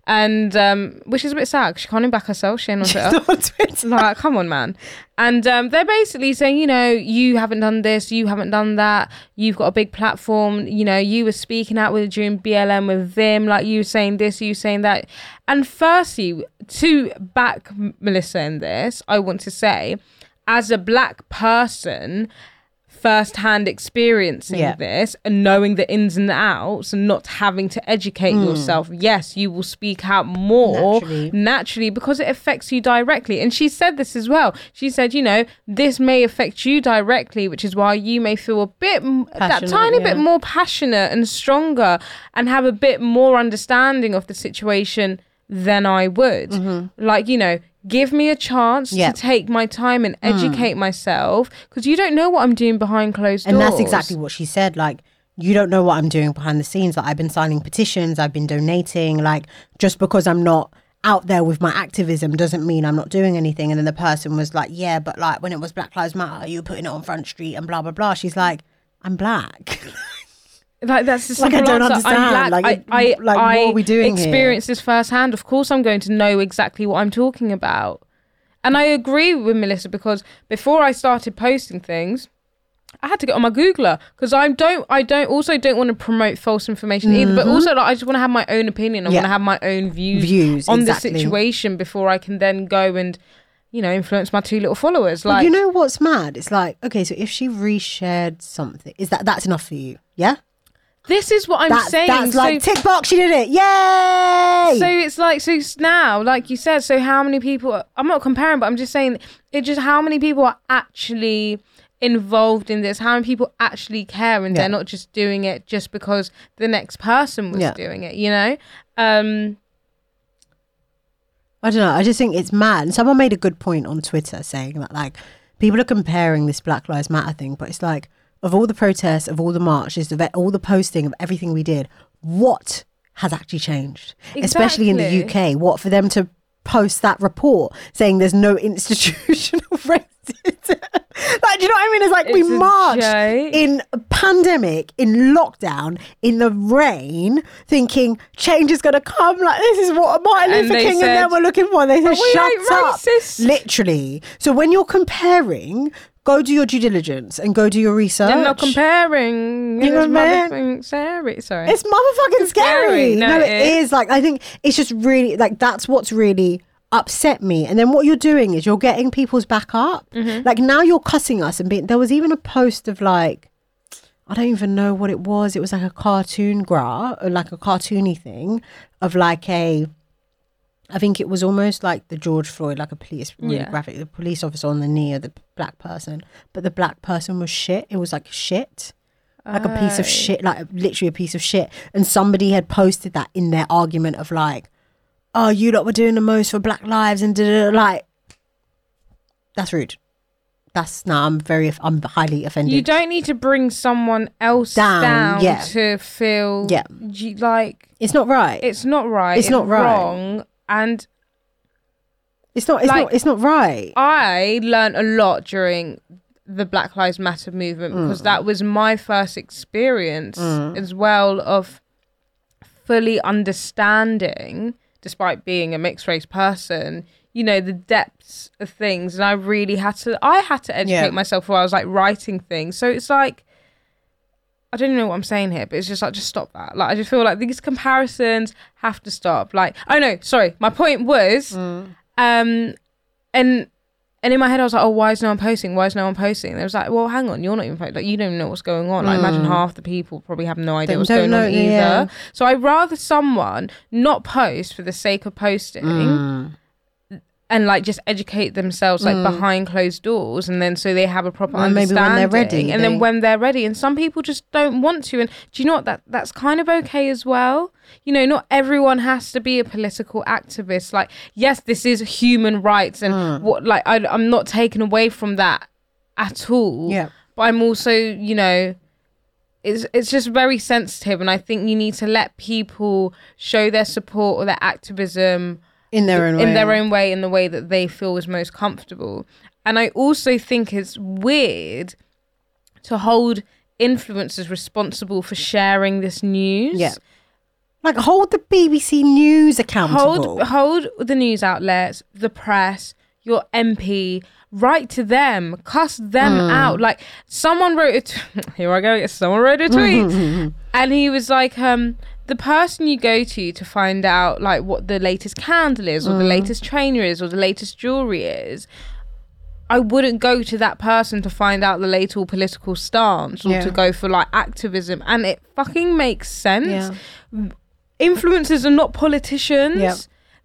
[SPEAKER 2] And um, which is a bit sad 'cause she can't even back herself. She ain't on Twitter.
[SPEAKER 3] On Twitter.
[SPEAKER 2] like, come on, man. And um, they're basically saying, you know, you haven't done this, you haven't done that, you've got a big platform, you know, you were speaking out with during BLM with Vim, like you were saying this, you were saying that. And firstly, to back M- Melissa in this, I want to say, as a black person, first-hand experiencing
[SPEAKER 3] Yeah.
[SPEAKER 2] this and knowing the ins and the outs and not having to educate yourself yes you will speak out more
[SPEAKER 3] Naturally.
[SPEAKER 2] naturally because it affects you directly and she said this as well she said you know this may affect you directly which is why you may feel a bit m- that
[SPEAKER 3] Passionate,
[SPEAKER 2] tiny
[SPEAKER 3] yeah.
[SPEAKER 2] bit more passionate and stronger and have a bit more understanding of the situation than I would like you know give me a chance
[SPEAKER 3] Mm-hmm. Yeah. Hmm.
[SPEAKER 2] to take my time and educate myself because you don't know what I'm doing behind closed
[SPEAKER 3] And
[SPEAKER 2] doors
[SPEAKER 3] that's exactly what she said. Like, you don't know what I'm doing behind the scenes. Like, I've been signing petitions, I've been donating. Like, just because I'm not out there with my activism doesn't mean I'm not doing anything. And then the person was like, yeah, but like when it was Black Lives Matter, you were putting it on Front Street and blah, blah, blah. She's like, I'm black.
[SPEAKER 2] Like that's the
[SPEAKER 3] Like, I
[SPEAKER 2] simple
[SPEAKER 3] don't
[SPEAKER 2] answer. I'm
[SPEAKER 3] understand.
[SPEAKER 2] black.
[SPEAKER 3] Like,
[SPEAKER 2] I, I,
[SPEAKER 3] like, what
[SPEAKER 2] I
[SPEAKER 3] are we doing here?
[SPEAKER 2] experience this firsthand. Of course, I'm going to know exactly what I'm talking about. And I agree with Melissa because before I started posting things, I had to get on my Googler because I don't. I don't also don't want to promote false information either. But also, like, I just want to have my own opinion. I
[SPEAKER 3] Mm-hmm. Yeah.
[SPEAKER 2] want to have my own views,
[SPEAKER 3] Views,
[SPEAKER 2] on the
[SPEAKER 3] exactly.
[SPEAKER 2] situation before I can then go and, you know, influence my two little followers. Like
[SPEAKER 3] But you know what's mad? It's like, okay, so if she reshared something, is that that's enough for you? Yeah?
[SPEAKER 2] this is what I'm
[SPEAKER 3] That-
[SPEAKER 2] saying.
[SPEAKER 3] that's
[SPEAKER 2] So-
[SPEAKER 3] like tick box, she did it. Yay!
[SPEAKER 2] So it's like so s- now, like you said. So how many people? I'm not comparing, but I'm just saying it. Just how many people are actually involved in this? How many people actually care, and
[SPEAKER 3] Yeah.
[SPEAKER 2] they're not just doing it just because the next person was
[SPEAKER 3] Yeah.
[SPEAKER 2] doing it. You know. Um,
[SPEAKER 3] I don't know. I just think it's mad. And someone made a good point on Twitter saying that like people are comparing this Black Lives Matter thing, but it's like of all the protests, of all the marches, of e, all the posting, of everything we did, what has actually changed? Especially in the
[SPEAKER 2] Exactly.
[SPEAKER 3] UK, what for them to post that report saying there's no institutional racism. like, do you know what I mean? It's like
[SPEAKER 2] It's
[SPEAKER 3] we
[SPEAKER 2] a
[SPEAKER 3] marched
[SPEAKER 2] joke.
[SPEAKER 3] in a pandemic, in lockdown, in the rain, thinking change is going to come. Like this is what Martin
[SPEAKER 2] And
[SPEAKER 3] Luther
[SPEAKER 2] they
[SPEAKER 3] King
[SPEAKER 2] said-
[SPEAKER 3] and them were looking for. And they said,
[SPEAKER 2] we
[SPEAKER 3] "Shut
[SPEAKER 2] ain't
[SPEAKER 3] up!"
[SPEAKER 2] racist.
[SPEAKER 3] Literally. So when you're comparing, go do your due diligence and go do your research.
[SPEAKER 2] they're not comparing.
[SPEAKER 3] You know
[SPEAKER 2] It's
[SPEAKER 3] what I
[SPEAKER 2] motherfucking Sorry. Sorry.
[SPEAKER 3] It's motherfucking
[SPEAKER 2] scary.
[SPEAKER 3] scary.
[SPEAKER 2] No,
[SPEAKER 3] No,
[SPEAKER 2] it
[SPEAKER 3] it is. Like I think it's just really like that's what's really upset me. And then what you're doing is you're getting people's back up.
[SPEAKER 2] Mm-hmm.
[SPEAKER 3] Like now you're cussing us and being. There was even a post of like. I don't even know what it was. It was like a cartoon graph, or like a cartoony thing of like a. I think it was almost like the George Floyd, like a police really
[SPEAKER 2] Yeah.
[SPEAKER 3] graphic, the police officer on the knee of the black person, but the black person was shit. It was like shit like a piece of shit, like literally a piece of shit. And somebody had posted that in their argument of like, oh, you lot were doing the most for black lives and da da da," like, that's rude. That's, now I'm very, I'm highly offended.
[SPEAKER 2] you don't need to bring someone else down,
[SPEAKER 3] Down, yeah.
[SPEAKER 2] to feel
[SPEAKER 3] Yeah.
[SPEAKER 2] you, like
[SPEAKER 3] It's not right. It's,
[SPEAKER 2] it's not right.
[SPEAKER 3] It's not right.
[SPEAKER 2] Wrong. And
[SPEAKER 3] not, it's
[SPEAKER 2] like-
[SPEAKER 3] not, it's not right.
[SPEAKER 2] I learned a lot during the Black Lives Matter movement because that was my first experience as well of fully understanding, despite being a mixed race person, you know, the depths of things. And I really had to I had to educate
[SPEAKER 3] Yeah.
[SPEAKER 2] myself while I was like writing things. So it's like I don't even know what I'm saying here, but it's just like just stop that. Like I just feel like these comparisons have to stop. Like oh no, sorry. My point was um and and in my head I was like, oh, why is no one posting? Why is no one posting? And it was like, well, hang on, you're not even posting. Like, you don't even know what's going on. Like, imagine half the people probably have no idea
[SPEAKER 3] Mm. They
[SPEAKER 2] what's
[SPEAKER 3] don't
[SPEAKER 2] going on
[SPEAKER 3] know,
[SPEAKER 2] either.
[SPEAKER 3] yeah.
[SPEAKER 2] So I'd rather someone not post for the sake of posting
[SPEAKER 3] Mm.
[SPEAKER 2] and like just educate themselves like behind closed doors and then so they have a proper
[SPEAKER 3] Mm. Well, maybe
[SPEAKER 2] understanding.
[SPEAKER 3] when they're ready,
[SPEAKER 2] and
[SPEAKER 3] they-
[SPEAKER 2] then when they're ready. And some people just don't want to. And do you know what? That that's kind of okay as well. You know, not everyone has to be a political activist. Like, yes, this is human rights and
[SPEAKER 3] Mm.
[SPEAKER 2] what like I, I'm not taken away from that at all.
[SPEAKER 3] Yeah.
[SPEAKER 2] But I'm also, you know, it's it's just very sensitive and I think you need to let people show their support or their activism
[SPEAKER 3] In their own way.
[SPEAKER 2] in their own way in the way that they feel is most comfortable and i also think it's weird to hold influencers responsible for sharing this news
[SPEAKER 3] Yeah. Like hold the BBC News accountable.
[SPEAKER 2] hold hold the news outlets the press your mp write to them cuss them
[SPEAKER 3] Hmm.
[SPEAKER 2] out like someone wrote a t- here i go someone wrote a tweet and he was like um the person you go to to find out like what the latest candle is or
[SPEAKER 3] Hmm.
[SPEAKER 2] the latest trainer is or the latest jewelry is I wouldn't go to that person to find out the later political stance or
[SPEAKER 3] Yeah.
[SPEAKER 2] to go for like activism. And it fucking makes sense
[SPEAKER 3] Yeah.
[SPEAKER 2] influencers are not politicians.
[SPEAKER 3] Yep.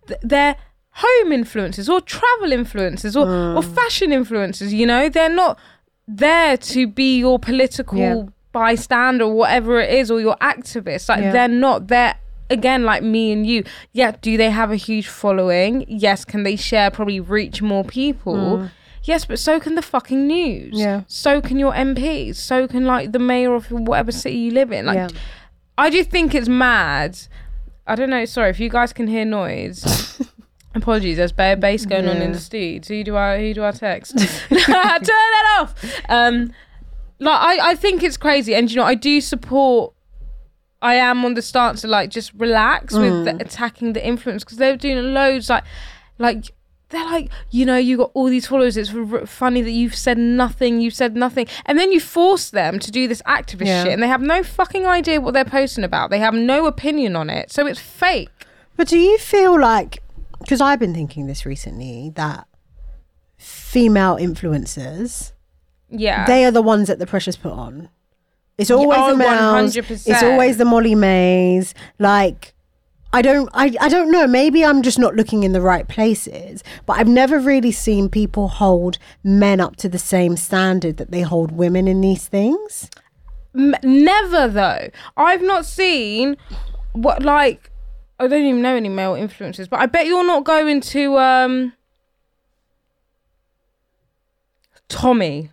[SPEAKER 2] Th- They're home influencers or travel influencers or,
[SPEAKER 3] Mm.
[SPEAKER 2] or fashion influencers, you know? They're not there to be your political
[SPEAKER 3] Yeah.
[SPEAKER 2] bystander or whatever it is or your activist. Like
[SPEAKER 3] Yeah.
[SPEAKER 2] they're not they're again like me and you. Yeah, do they have a huge following? Yes, can they share probably reach more people?
[SPEAKER 3] Mm.
[SPEAKER 2] Yes, but so can the fucking news.
[SPEAKER 3] Yeah.
[SPEAKER 2] So can your MPs. So can like the mayor of whatever city you live in. Like
[SPEAKER 3] Yeah.
[SPEAKER 2] I just think it's mad. I don't know. Sorry if you guys can hear noise. Apologies, there's bear bass going on in the studio. Who do I who do I text? Turn that off. Um, like I, I think it's crazy, and you know I do support. I am on the stance of like just relax with
[SPEAKER 3] Mm.
[SPEAKER 2] the, attacking the influence because they're doing loads like like. They're like, you know, you got all these followers. It's r- funny that you've said nothing. You've said nothing, and then you force them to do this activist
[SPEAKER 3] Yeah.
[SPEAKER 2] shit, and they have no fucking idea what they're posting about. They have no opinion on it, so it's fake.
[SPEAKER 3] But do you feel like, because I've been thinking this recently, that female influencers,
[SPEAKER 2] Yeah,
[SPEAKER 3] they are the ones that the pressure's put on. It's always
[SPEAKER 2] oh,
[SPEAKER 3] the males.
[SPEAKER 2] 100%.
[SPEAKER 3] It's always the Molly Mays. Like, I don't, I, I don't know. Maybe I'm just not looking in the right places. But I've never really seen people hold men up to the same standard that they hold women in these things.
[SPEAKER 2] M- never though. I've not seen what like I don't even know any male influencers, but I bet you're not going to um Tommy.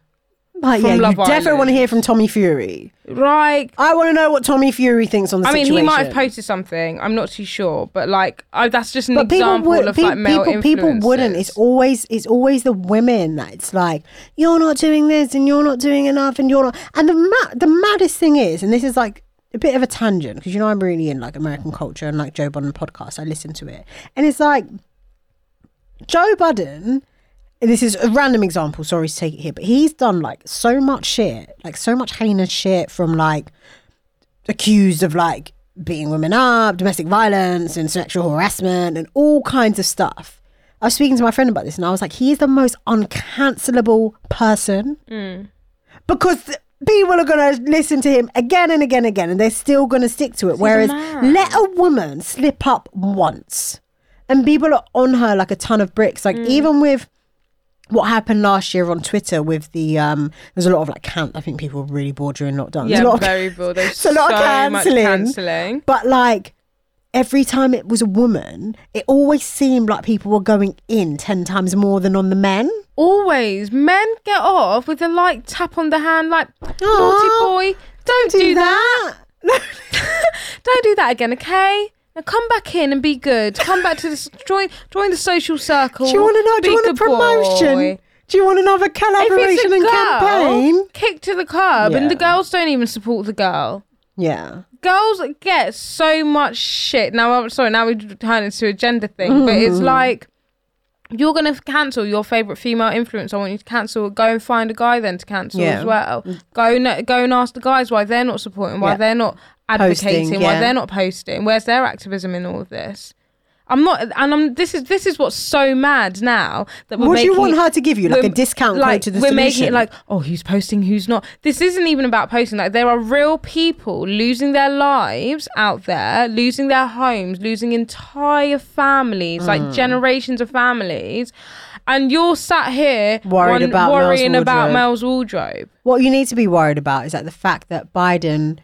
[SPEAKER 3] But
[SPEAKER 2] From
[SPEAKER 3] yeah,
[SPEAKER 2] Love
[SPEAKER 3] you definitely
[SPEAKER 2] Island.
[SPEAKER 3] want to hear from Tommy Fury.
[SPEAKER 2] Like
[SPEAKER 3] I want to know what Tommy Fury thinks on the
[SPEAKER 2] I mean,
[SPEAKER 3] situation.
[SPEAKER 2] he might have posted something. I'm not too sure, but like, I, that's just an
[SPEAKER 3] but people
[SPEAKER 2] example
[SPEAKER 3] would
[SPEAKER 2] of
[SPEAKER 3] pe-
[SPEAKER 2] like male
[SPEAKER 3] people, people wouldn't
[SPEAKER 2] influencers.
[SPEAKER 3] it's always it's always the women that it's like you're not doing this and you're not doing enough and you're not and the ma- the maddest thing is and this is like a bit of a tangent because you know I'm really in like American culture and like Joe Budden podcast I listen to it and it's like Joe Budden and this is a random example sorry to take it here but he's done like so much shit like so much heinous shit from like accused of like beating women up, domestic violence, and sexual harassment, and all kinds of stuff. I was speaking to my friend about this, and I was like, he is the most uncancelable person
[SPEAKER 2] Mm.
[SPEAKER 3] because th- people are going to listen to him again and again and again, and they're still going to stick to it. Whereas, let a woman slip up once, and people are on her like a ton of bricks.
[SPEAKER 2] Mm.
[SPEAKER 3] Like, even with what happened last year on Twitter with the um there's a lot of like can I think people were really bored during lockdown. There's
[SPEAKER 2] yeah,
[SPEAKER 3] a lot of
[SPEAKER 2] very bored. There's
[SPEAKER 3] it's a lot of
[SPEAKER 2] so much
[SPEAKER 3] cancelling.
[SPEAKER 2] cancelling.
[SPEAKER 3] But like every time it was a woman, it always seemed like people were going in ten times more than on the men.
[SPEAKER 2] always men get off with a like tap on the hand like naughty boy don't do that, don't do that again okay now come back in and be good come back to this join join the social circle
[SPEAKER 3] Do you want to know? Do you
[SPEAKER 2] Be
[SPEAKER 3] want a
[SPEAKER 2] good
[SPEAKER 3] promotion?
[SPEAKER 2] boy.
[SPEAKER 3] Do you want another
[SPEAKER 2] if it's a
[SPEAKER 3] collaboration and
[SPEAKER 2] girl,
[SPEAKER 3] campaign?
[SPEAKER 2] kick to the curb and the
[SPEAKER 3] Yeah.
[SPEAKER 2] girls don't even support the girl
[SPEAKER 3] Yeah.
[SPEAKER 2] girls get so much shit. Now I'm sorry, now we turn into a gender thing, but it's like you're gonna f- cancel your favorite female influencer. I want you to cancel. Go and find a guy then to cancel
[SPEAKER 3] Yeah. Mm.
[SPEAKER 2] as well. Go and go and ask the guys why they're not supporting, why
[SPEAKER 3] Yeah.
[SPEAKER 2] they're not advocating,
[SPEAKER 3] Posting,
[SPEAKER 2] why
[SPEAKER 3] yeah.
[SPEAKER 2] they're not posting. Where's their activism in all of this? I'm not, and I'm. This is this is what's so mad now that we're
[SPEAKER 3] What do you
[SPEAKER 2] making
[SPEAKER 3] want
[SPEAKER 2] it-
[SPEAKER 3] her to give you? Like
[SPEAKER 2] we're-
[SPEAKER 3] a discount
[SPEAKER 2] like,
[SPEAKER 3] code to the
[SPEAKER 2] we're
[SPEAKER 3] solution?
[SPEAKER 2] making it like oh who's posting who's not this isn't even about posting like there are real people losing their lives out there losing their homes losing entire families
[SPEAKER 3] Mm.
[SPEAKER 2] like generations of families and you're sat here
[SPEAKER 3] Worried about Mel's
[SPEAKER 2] worrying about
[SPEAKER 3] wardrobe.
[SPEAKER 2] Mel's wardrobe
[SPEAKER 3] What you need to be worried about is like the fact that Biden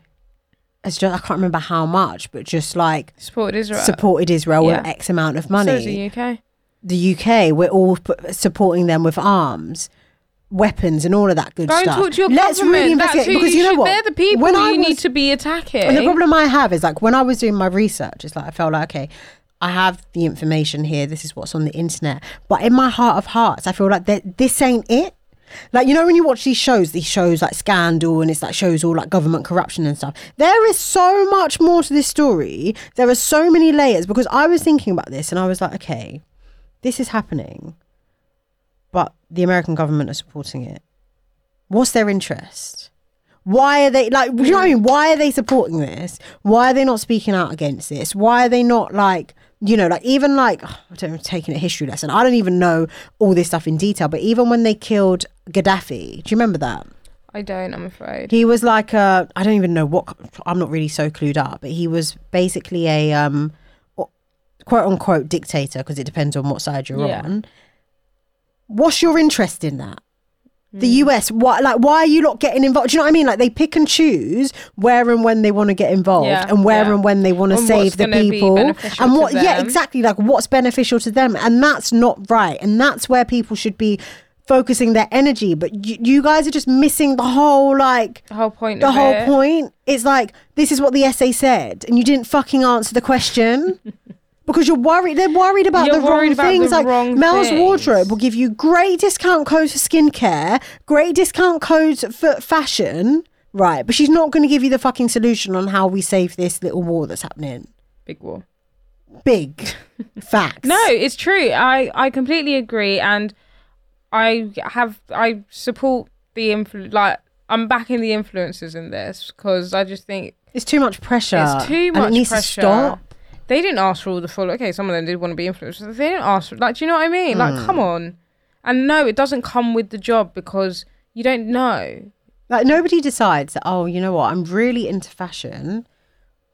[SPEAKER 3] has just I can't remember how much, but just like
[SPEAKER 2] supported Israel
[SPEAKER 3] supported Israel with
[SPEAKER 2] Yeah.
[SPEAKER 3] X amount of money.
[SPEAKER 2] so is the UK
[SPEAKER 3] the UK, we're all p- supporting them with arms, weapons, and all of that good
[SPEAKER 2] go and
[SPEAKER 3] stuff.
[SPEAKER 2] talk to your
[SPEAKER 3] Let's
[SPEAKER 2] government
[SPEAKER 3] really
[SPEAKER 2] That's
[SPEAKER 3] investigate
[SPEAKER 2] who
[SPEAKER 3] because you, know
[SPEAKER 2] should-
[SPEAKER 3] what?
[SPEAKER 2] they're the people
[SPEAKER 3] When
[SPEAKER 2] you
[SPEAKER 3] I
[SPEAKER 2] need
[SPEAKER 3] was-
[SPEAKER 2] to be attacking
[SPEAKER 3] and the problem I have is like when I was doing my research, it's like I felt like okay, I have the information here. This is what's on the internet, but in my heart of hearts, I feel like that this ain't it. Like you know when you watch these shows, these shows like Scandal and it's like shows all like government corruption and stuff. There is so much more to this story. There are so many layers because I was thinking about this and I was like, okay, this is happening, but the American government are supporting it. What's their interest? Why are they like? You know what I mean? Why are they supporting this? Why are they not speaking out against this? Why are they not like? You know, like even like I don't know, taking a history lesson. I don't even know all this stuff in detail. But even when they killed Gaddafi, do you remember that?
[SPEAKER 2] I don't I'm afraid
[SPEAKER 3] He was like a I don't even know what I'm not really so clued up, but he was basically a um quote unquote dictator because it depends on what side you're
[SPEAKER 2] Yeah.
[SPEAKER 3] on. What's your interest in that? The
[SPEAKER 2] Hmm.
[SPEAKER 3] US, why like why are you not getting involved? Do you know what I mean? Like they pick and choose where and when they want to get involved
[SPEAKER 2] Yeah,
[SPEAKER 3] and where
[SPEAKER 2] yeah.
[SPEAKER 3] and when they want to
[SPEAKER 2] And what's
[SPEAKER 3] save the
[SPEAKER 2] gonna be
[SPEAKER 3] people
[SPEAKER 2] beneficial
[SPEAKER 3] and
[SPEAKER 2] to
[SPEAKER 3] what yeah
[SPEAKER 2] them.
[SPEAKER 3] exactly like what's beneficial to them and that's not right and that's where people should be focusing their energy but you, you guys are just missing the whole like
[SPEAKER 2] the whole point
[SPEAKER 3] the
[SPEAKER 2] of
[SPEAKER 3] whole
[SPEAKER 2] it.
[SPEAKER 3] point is like this is what the essay said and you didn't fucking answer the question because you're worried. They're worried about
[SPEAKER 2] You're
[SPEAKER 3] the
[SPEAKER 2] worried
[SPEAKER 3] wrong
[SPEAKER 2] about the
[SPEAKER 3] things. like
[SPEAKER 2] wrong
[SPEAKER 3] Mel's
[SPEAKER 2] things.
[SPEAKER 3] wardrobe will give you great discount codes for skincare, great discount codes for fashion, right? But she's not going to give you the fucking solution on how we save this little war that's happening.
[SPEAKER 2] Big war.
[SPEAKER 3] Big facts.
[SPEAKER 2] No, it's true. I I completely agree, and I have I support the influ like. I'm backing the influencers in this because I just think
[SPEAKER 3] it's too much pressure.
[SPEAKER 2] It's too
[SPEAKER 3] and
[SPEAKER 2] much
[SPEAKER 3] it needs
[SPEAKER 2] pressure.
[SPEAKER 3] To stop.
[SPEAKER 2] They didn't ask for all the full. Okay, some of them did want to be influencers. They didn't ask for like. Do you know what I mean?
[SPEAKER 3] Hmm.
[SPEAKER 2] Like, come on. And no, it doesn't come with the job because you don't know.
[SPEAKER 3] Like nobody decides that. Oh, you know what? I'm really into fashion.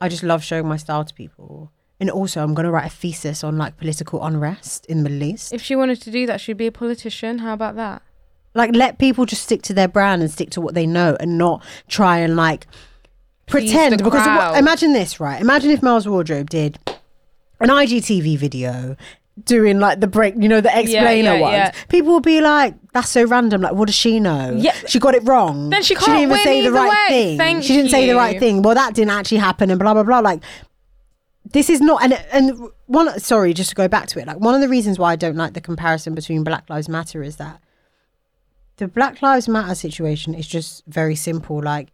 [SPEAKER 3] I just love showing my style to people, and also I'm going to write a thesis on like political unrest in the Middle East.
[SPEAKER 2] If she wanted to do that, she'd be a politician. How about that?
[SPEAKER 3] like let people just stick to their brand and stick to what they know and not try and like
[SPEAKER 2] Please
[SPEAKER 3] pretend
[SPEAKER 2] the
[SPEAKER 3] because
[SPEAKER 2] crowd.
[SPEAKER 3] what, imagine this right imagine if Mel's wardrobe did an IGTV video doing like the break you know the explainer
[SPEAKER 2] yeah,
[SPEAKER 3] ones
[SPEAKER 2] yeah.
[SPEAKER 3] people will be like that's so random like what does she know
[SPEAKER 2] Yeah.
[SPEAKER 3] she got it wrong
[SPEAKER 2] Then she
[SPEAKER 3] she
[SPEAKER 2] can't
[SPEAKER 3] didn't even
[SPEAKER 2] win
[SPEAKER 3] say the
[SPEAKER 2] either way.
[SPEAKER 3] right thing
[SPEAKER 2] Thank
[SPEAKER 3] she didn't say the right
[SPEAKER 2] you.
[SPEAKER 3] thing well that didn't actually happen and blah blah blah like this is not and and one sorry just to go back to it like one of the reasons why i don't like the comparison between black lives matter is that the black lives matter situation is just very simple like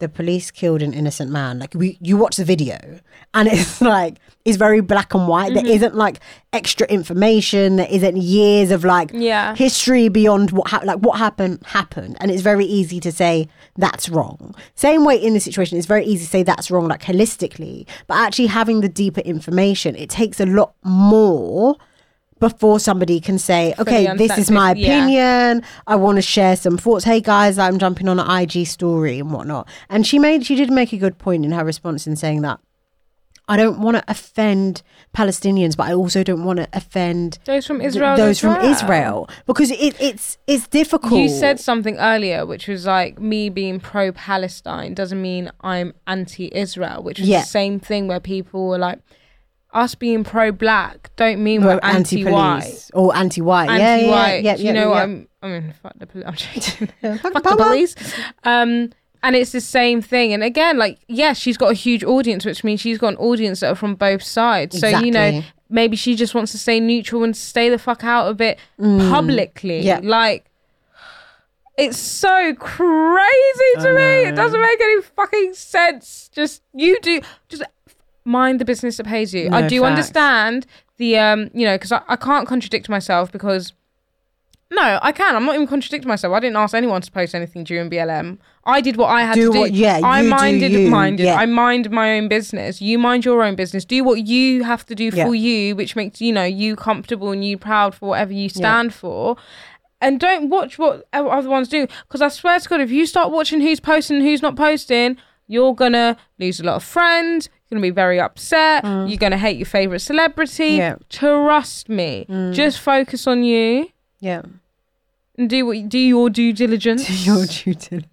[SPEAKER 3] the police killed an innocent man like we you watch the video and it's like it's very black and white There isn't like extra information there isn't years of like
[SPEAKER 2] Yeah.
[SPEAKER 3] history beyond what hap like what happened happened and it's very easy to say that's wrong same way in this situation it's very easy to say that's wrong like holistically but actually having the deeper information it takes a lot more before somebody can say okay this is
[SPEAKER 2] understand
[SPEAKER 3] my
[SPEAKER 2] this, yeah.
[SPEAKER 3] opinion I want to share some thoughts. Hey guys, I'm jumping on an IG story and whatnot. And she made she did make a good point in her response in saying that I don't want to offend Palestinians, but I also don't want to offend
[SPEAKER 2] Those from
[SPEAKER 3] th-
[SPEAKER 2] Israel.
[SPEAKER 3] those
[SPEAKER 2] as
[SPEAKER 3] from
[SPEAKER 2] well.
[SPEAKER 3] Israel because it, it's it's difficult.
[SPEAKER 2] You said something earlier, which was like me being pro Palestine doesn't mean I'm anti Israel, which is
[SPEAKER 3] Yeah.
[SPEAKER 2] the same thing where people were like, us being pro black don't mean we're
[SPEAKER 3] Well,
[SPEAKER 2] anti white.
[SPEAKER 3] anti-police or anti-white. Yeah,
[SPEAKER 2] anti
[SPEAKER 3] yeah,
[SPEAKER 2] white.
[SPEAKER 3] yeah, yeah,
[SPEAKER 2] you know,
[SPEAKER 3] yeah.
[SPEAKER 2] I'm, I mean, fuck the police. I'm joking.
[SPEAKER 3] Fuck
[SPEAKER 2] fuck
[SPEAKER 3] the
[SPEAKER 2] the
[SPEAKER 3] power.
[SPEAKER 2] police. Um, and it's the same thing. And again, like, yes, she's got a huge audience, which means she's got an audience that are from both sides. So, you know,
[SPEAKER 3] Exactly.
[SPEAKER 2] maybe she just wants to stay neutral and stay the fuck out of it publicly.
[SPEAKER 3] Mm. Yeah.
[SPEAKER 2] Like, it's so crazy to me. It doesn't make any fucking sense. Just you do just mind the business that pays you. I
[SPEAKER 3] No,
[SPEAKER 2] do
[SPEAKER 3] facts.
[SPEAKER 2] understand the um, you know, because I, I can't contradict myself because no, I can. I'm not even contradicting myself. I didn't ask anyone to post anything during BLM. I did what I had
[SPEAKER 3] Do
[SPEAKER 2] to do.
[SPEAKER 3] what- yeah,
[SPEAKER 2] I
[SPEAKER 3] you do
[SPEAKER 2] minded,
[SPEAKER 3] you,
[SPEAKER 2] minded.
[SPEAKER 3] yeah.
[SPEAKER 2] I mind my own business. You mind your own business. Do what you have to do
[SPEAKER 3] Yeah.
[SPEAKER 2] for you, which makes you know you comfortable and you proud for whatever you stand for. And don't watch what o- other ones do, because I swear to God, if you start watching who's posting, and who's not posting, you're gonna lose a lot of friends. You're gonna be very upset. You're gonna hate your favorite celebrity.
[SPEAKER 3] Mm. Yeah. Mm.
[SPEAKER 2] Trust me. Just focus on you
[SPEAKER 3] yeah.
[SPEAKER 2] and do what do your due diligence.
[SPEAKER 3] your due diligence.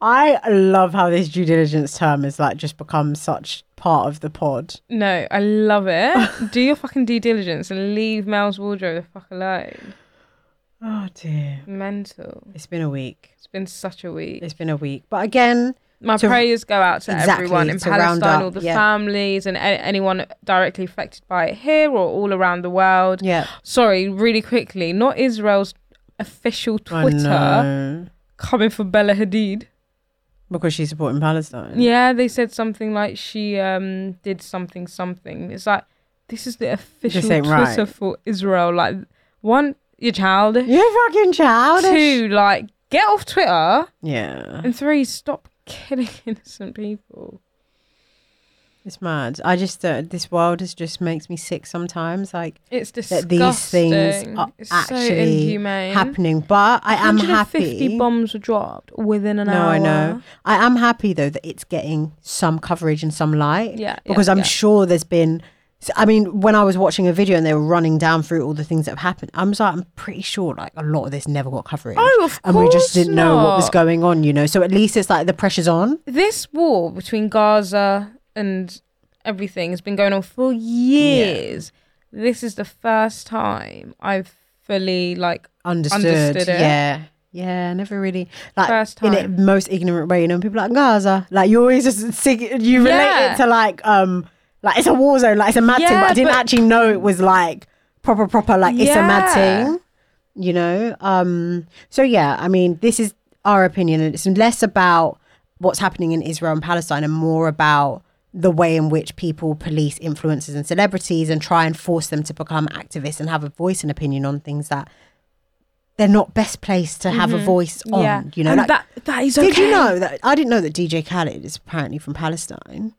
[SPEAKER 3] I love how this due diligence term is like just become such part of the pod.
[SPEAKER 2] No, I love it. do your fucking due diligence and leave Mel's wardrobe the fuck alone.
[SPEAKER 3] Oh dear.
[SPEAKER 2] Mental.
[SPEAKER 3] It's been a week.
[SPEAKER 2] It's been such a week.
[SPEAKER 3] It's been a week. But again,
[SPEAKER 2] My
[SPEAKER 3] to-
[SPEAKER 2] prayers go out to
[SPEAKER 3] Exactly,
[SPEAKER 2] everyone in
[SPEAKER 3] to round
[SPEAKER 2] Palestine,
[SPEAKER 3] up,
[SPEAKER 2] all the
[SPEAKER 3] yeah.
[SPEAKER 2] families, and a- anyone directly affected by it here or all around the world.
[SPEAKER 3] yeah.
[SPEAKER 2] Sorry, really quickly, not Israel's official
[SPEAKER 3] I
[SPEAKER 2] Twitter
[SPEAKER 3] know.
[SPEAKER 2] coming for Bella Hadid.
[SPEAKER 3] Because she's supporting Palestine.
[SPEAKER 2] Yeah, they said something like she um did something something. It's like this is the official
[SPEAKER 3] ain't
[SPEAKER 2] Twitter
[SPEAKER 3] right.
[SPEAKER 2] for Israel. Like one, you're childish.
[SPEAKER 3] You're fucking childish.
[SPEAKER 2] Two, like get off Twitter.
[SPEAKER 3] Yeah.
[SPEAKER 2] And three, stop killing innocent people.
[SPEAKER 3] It's mad. I just, uh, this world is just makes me sick sometimes. Like,
[SPEAKER 2] It's
[SPEAKER 3] that
[SPEAKER 2] disgusting.
[SPEAKER 3] these things are
[SPEAKER 2] it's so
[SPEAKER 3] actually
[SPEAKER 2] inhumane.
[SPEAKER 3] happening. But I am
[SPEAKER 2] 150
[SPEAKER 3] happy.
[SPEAKER 2] bombs were dropped within an
[SPEAKER 3] no,
[SPEAKER 2] hour.
[SPEAKER 3] I know. I am happy though that it's getting some coverage and some light.
[SPEAKER 2] Yeah, yeah,
[SPEAKER 3] Because I'm
[SPEAKER 2] yeah.
[SPEAKER 3] sure there's been. so, I mean, when I was watching a video and they were running down through all the things that have happened, I'm just like, I'm pretty sure like a lot of this never got coverage.
[SPEAKER 2] Oh, of
[SPEAKER 3] And we
[SPEAKER 2] course
[SPEAKER 3] just didn't know what was
[SPEAKER 2] not.
[SPEAKER 3] going on, you know. So at least it's like the pressure's on.
[SPEAKER 2] This war between Gaza and everything has been going on for years. This is the first time I've fully like
[SPEAKER 3] Understood.
[SPEAKER 2] Understood it.
[SPEAKER 3] Yeah. Yeah, I never really like
[SPEAKER 2] First
[SPEAKER 3] in it
[SPEAKER 2] time.
[SPEAKER 3] most ignorant way, you know, people are like Gaza. Like you always just sing, you relate
[SPEAKER 2] Yeah.
[SPEAKER 3] it to like um Like it's a war zone. Like it's a mad thing,
[SPEAKER 2] Yeah,
[SPEAKER 3] but I didn't
[SPEAKER 2] but-
[SPEAKER 3] actually know it was like proper, proper. Like it's a mad
[SPEAKER 2] Yeah.
[SPEAKER 3] thing. You know. Um. So yeah, I mean, this is our opinion, and it's less about what's happening in Israel and Palestine, and more about the way in which people police influencers and celebrities and try and force them to become activists and have a voice and opinion on things that they're not best placed to have a voice
[SPEAKER 2] Mm-hmm.
[SPEAKER 3] on.
[SPEAKER 2] yeah,
[SPEAKER 3] You know,
[SPEAKER 2] and
[SPEAKER 3] like-
[SPEAKER 2] that that is okay.
[SPEAKER 3] did you know that I didn't know that DJ Khaled is apparently from Palestine?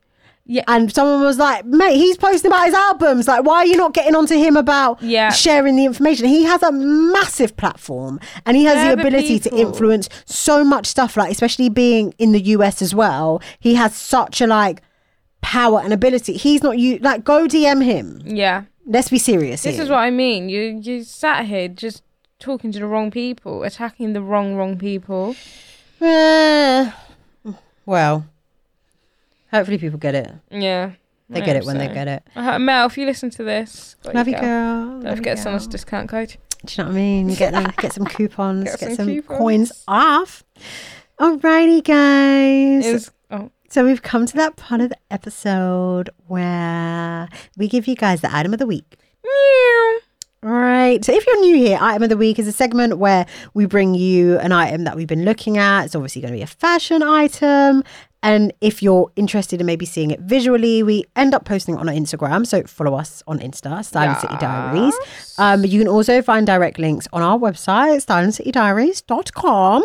[SPEAKER 2] Yeah.
[SPEAKER 3] And someone was like, mate, he's posting about his albums. Like, why are you not getting onto him about
[SPEAKER 2] Yeah.
[SPEAKER 3] sharing the information? He has a massive platform and he has
[SPEAKER 2] Yeah,
[SPEAKER 3] the
[SPEAKER 2] but
[SPEAKER 3] ability to
[SPEAKER 2] people-
[SPEAKER 3] influence so much stuff, like, especially being in the US as well. He has such a like power and ability. He's not you like go DM him.
[SPEAKER 2] Yeah,
[SPEAKER 3] Let's be serious.
[SPEAKER 2] this
[SPEAKER 3] here.
[SPEAKER 2] is what I mean. You you sat here just talking to the wrong people, attacking the wrong wrong people.
[SPEAKER 3] Eh, well. Hopefully people get it.
[SPEAKER 2] Yeah,
[SPEAKER 3] They get it when they get it.
[SPEAKER 2] Uh, Mel, if you listen to this, got
[SPEAKER 3] Love you, girl.
[SPEAKER 2] Don't
[SPEAKER 3] Love you,
[SPEAKER 2] forget
[SPEAKER 3] girl.
[SPEAKER 2] someone's discount code.
[SPEAKER 3] Do you know what I mean? Get them, get some coupons,
[SPEAKER 2] Get
[SPEAKER 3] get,
[SPEAKER 2] some
[SPEAKER 3] some,
[SPEAKER 2] coupons.
[SPEAKER 3] coins off. Alrighty, guys.
[SPEAKER 2] Is oh
[SPEAKER 3] so we've come to that part of the episode where we give you guys the item of the week.
[SPEAKER 2] meow.
[SPEAKER 3] Right. So if you're new here, item of the week is a segment where we bring you an item that we've been looking at. It's obviously going to be a fashion item. And if you're interested in maybe seeing it visually, we end up posting it on our Instagram. So follow us on Insta, Style and City Diaries. Um, you can also find direct links on our website, styleandcitydiaries.com.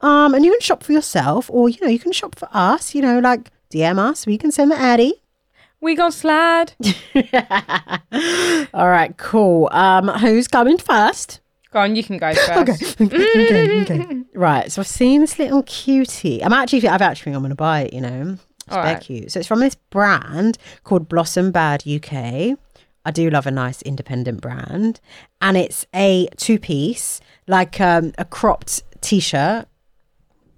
[SPEAKER 3] Um, and you can shop for yourself or, you know, you can shop for us, you know, like DM us. We can send the addy.
[SPEAKER 2] We gon' slide.
[SPEAKER 3] All right, cool. Um, who's coming first?
[SPEAKER 2] Go on, you can go first.
[SPEAKER 3] okay, okay. Right, so I've seen this little cutie. I'm actually, I've actually think I'm going to buy it, you know. It's
[SPEAKER 2] All
[SPEAKER 3] very
[SPEAKER 2] right.
[SPEAKER 3] cute. So it's from this brand called Blossom Bad UK. I do love a nice independent brand. And it's a two piece, like um, a cropped t shirt,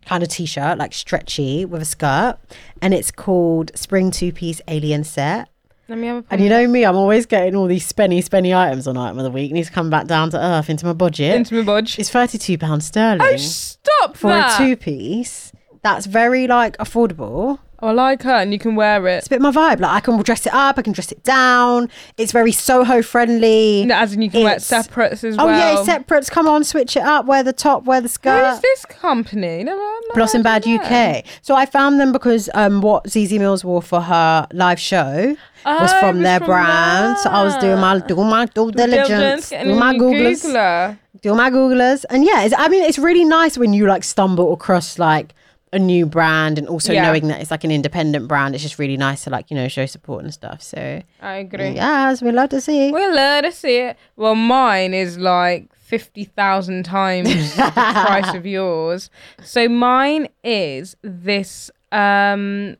[SPEAKER 3] kind of t shirt, like stretchy with a skirt. And it's called Spring Two Piece Alien Set.
[SPEAKER 2] Let me have a
[SPEAKER 3] And you know me, I'm always getting all these spenny, spenny items on item of the week. Needs to come back down to earth into my budget.
[SPEAKER 2] into my budge.
[SPEAKER 3] It's thirty-two pounds sterling
[SPEAKER 2] Oh, stop
[SPEAKER 3] for
[SPEAKER 2] that.
[SPEAKER 3] a two-piece. That's very like affordable.
[SPEAKER 2] Oh, I like her, and you can wear it.
[SPEAKER 3] It's a bit my vibe. Like I can dress it up, I can dress it down. It's very Soho friendly.
[SPEAKER 2] No, as in you can wear it
[SPEAKER 3] It's-
[SPEAKER 2] separates as
[SPEAKER 3] oh
[SPEAKER 2] well.
[SPEAKER 3] yeah, it's separates. Come on, switch it up. Wear the top, wear the
[SPEAKER 2] Who's
[SPEAKER 3] skirt.
[SPEAKER 2] this company? Never, never
[SPEAKER 3] Blossom
[SPEAKER 2] heard
[SPEAKER 3] Bad
[SPEAKER 2] of them.
[SPEAKER 3] UK. So I found them because um, what ZZ Mills wore for her live show was
[SPEAKER 2] Oh, it
[SPEAKER 3] from
[SPEAKER 2] was
[SPEAKER 3] their
[SPEAKER 2] from
[SPEAKER 3] brand. So I was doing my doing my due diligence,
[SPEAKER 2] Diligence, and
[SPEAKER 3] doing my
[SPEAKER 2] you
[SPEAKER 3] googlers.
[SPEAKER 2] Googler.
[SPEAKER 3] do my googlers and yeah it's, i mean it's really nice when you like stumble across like a new brand and also
[SPEAKER 2] Yeah.
[SPEAKER 3] knowing that it's like an independent brand it's just really nice to like you know show support and stuff so
[SPEAKER 2] I agree.
[SPEAKER 3] yes we love to see
[SPEAKER 2] We'll let us see it. Well, mine is like 50,000 times the price of yours. So mine is this um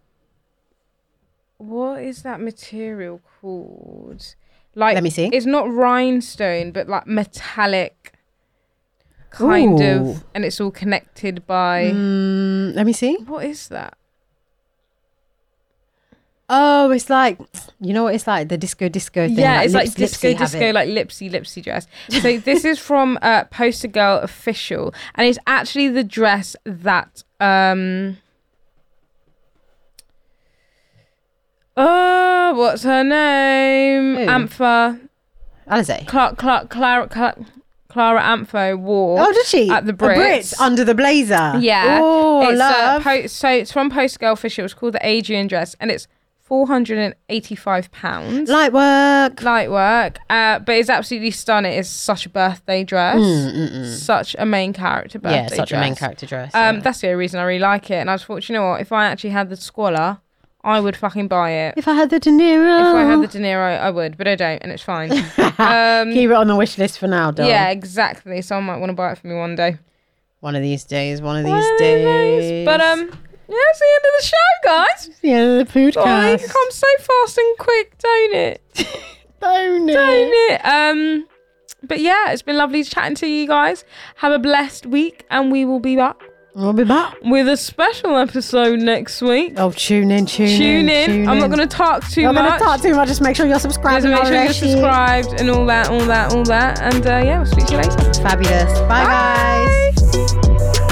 [SPEAKER 2] what is that material called? Like
[SPEAKER 3] Let me see.
[SPEAKER 2] It's not rhinestone, but like metallic kind
[SPEAKER 3] Ooh.
[SPEAKER 2] of and it's all connected by
[SPEAKER 3] Mm, let me see
[SPEAKER 2] what is that?
[SPEAKER 3] oh it's like you know what it's like the disco disco thing
[SPEAKER 2] Yeah, it's
[SPEAKER 3] Lips-
[SPEAKER 2] like disco,
[SPEAKER 3] Lipsy have
[SPEAKER 2] disco,
[SPEAKER 3] it.
[SPEAKER 2] like lipsy, lipsy dress. So this is from uh, Poster Girl Official, and it's actually the dress that um, oh, what's her name?
[SPEAKER 3] Who?
[SPEAKER 2] Ampha
[SPEAKER 3] Alizé.
[SPEAKER 2] Clark, Clark, Clara, Clark, Clara Ampho wore.
[SPEAKER 3] oh did she
[SPEAKER 2] at the
[SPEAKER 3] A
[SPEAKER 2] Brits?
[SPEAKER 3] Brits under the blazer
[SPEAKER 2] Yeah,
[SPEAKER 3] oh
[SPEAKER 2] it's, uh,
[SPEAKER 3] love
[SPEAKER 2] po- so it's from Poster Girl Official. It's called the Adrian dress, and it's four hundred and eighty-five pounds.
[SPEAKER 3] light work
[SPEAKER 2] light work uh but it's absolutely stunning it's such a birthday dress such a main character birthday
[SPEAKER 3] Mm, yeah such
[SPEAKER 2] dress.
[SPEAKER 3] a main character dress
[SPEAKER 2] um
[SPEAKER 3] yeah.
[SPEAKER 2] that's the only reason i really like it and i just thought you know what if i actually had the squalor i would fucking buy it if
[SPEAKER 3] if I had the De Niro,
[SPEAKER 2] i had the de niro i would but i don't and it's fine
[SPEAKER 3] keep it on the wish list for now, doll.
[SPEAKER 2] yeah exactly so i might want to buy it for me one day
[SPEAKER 3] One of these days, one of these
[SPEAKER 2] One of these
[SPEAKER 3] days.
[SPEAKER 2] days. but um yeah that's the end of the show guys
[SPEAKER 3] It's the end of the
[SPEAKER 2] oh,
[SPEAKER 3] podcast.
[SPEAKER 2] it comes so fast and quick don't it
[SPEAKER 3] Don't it?
[SPEAKER 2] Ain't it? Um, but yeah, it's been lovely chatting to you guys. Have a blessed week, and we will be back
[SPEAKER 3] We'll be back.
[SPEAKER 2] with a special episode next week.
[SPEAKER 3] Oh, tune in, tune,
[SPEAKER 2] tune, in. I'm not going to
[SPEAKER 3] to
[SPEAKER 2] talk too
[SPEAKER 3] I'm
[SPEAKER 2] much.
[SPEAKER 3] going to talk too much. Just make sure you're
[SPEAKER 2] Guys,
[SPEAKER 3] subscribed.
[SPEAKER 2] make sure you're
[SPEAKER 3] already.
[SPEAKER 2] subscribed and all that, all that, all that. And uh, yeah, we'll speak to you later.
[SPEAKER 3] Fabulous. Bye, guys.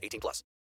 [SPEAKER 5] 18 plus.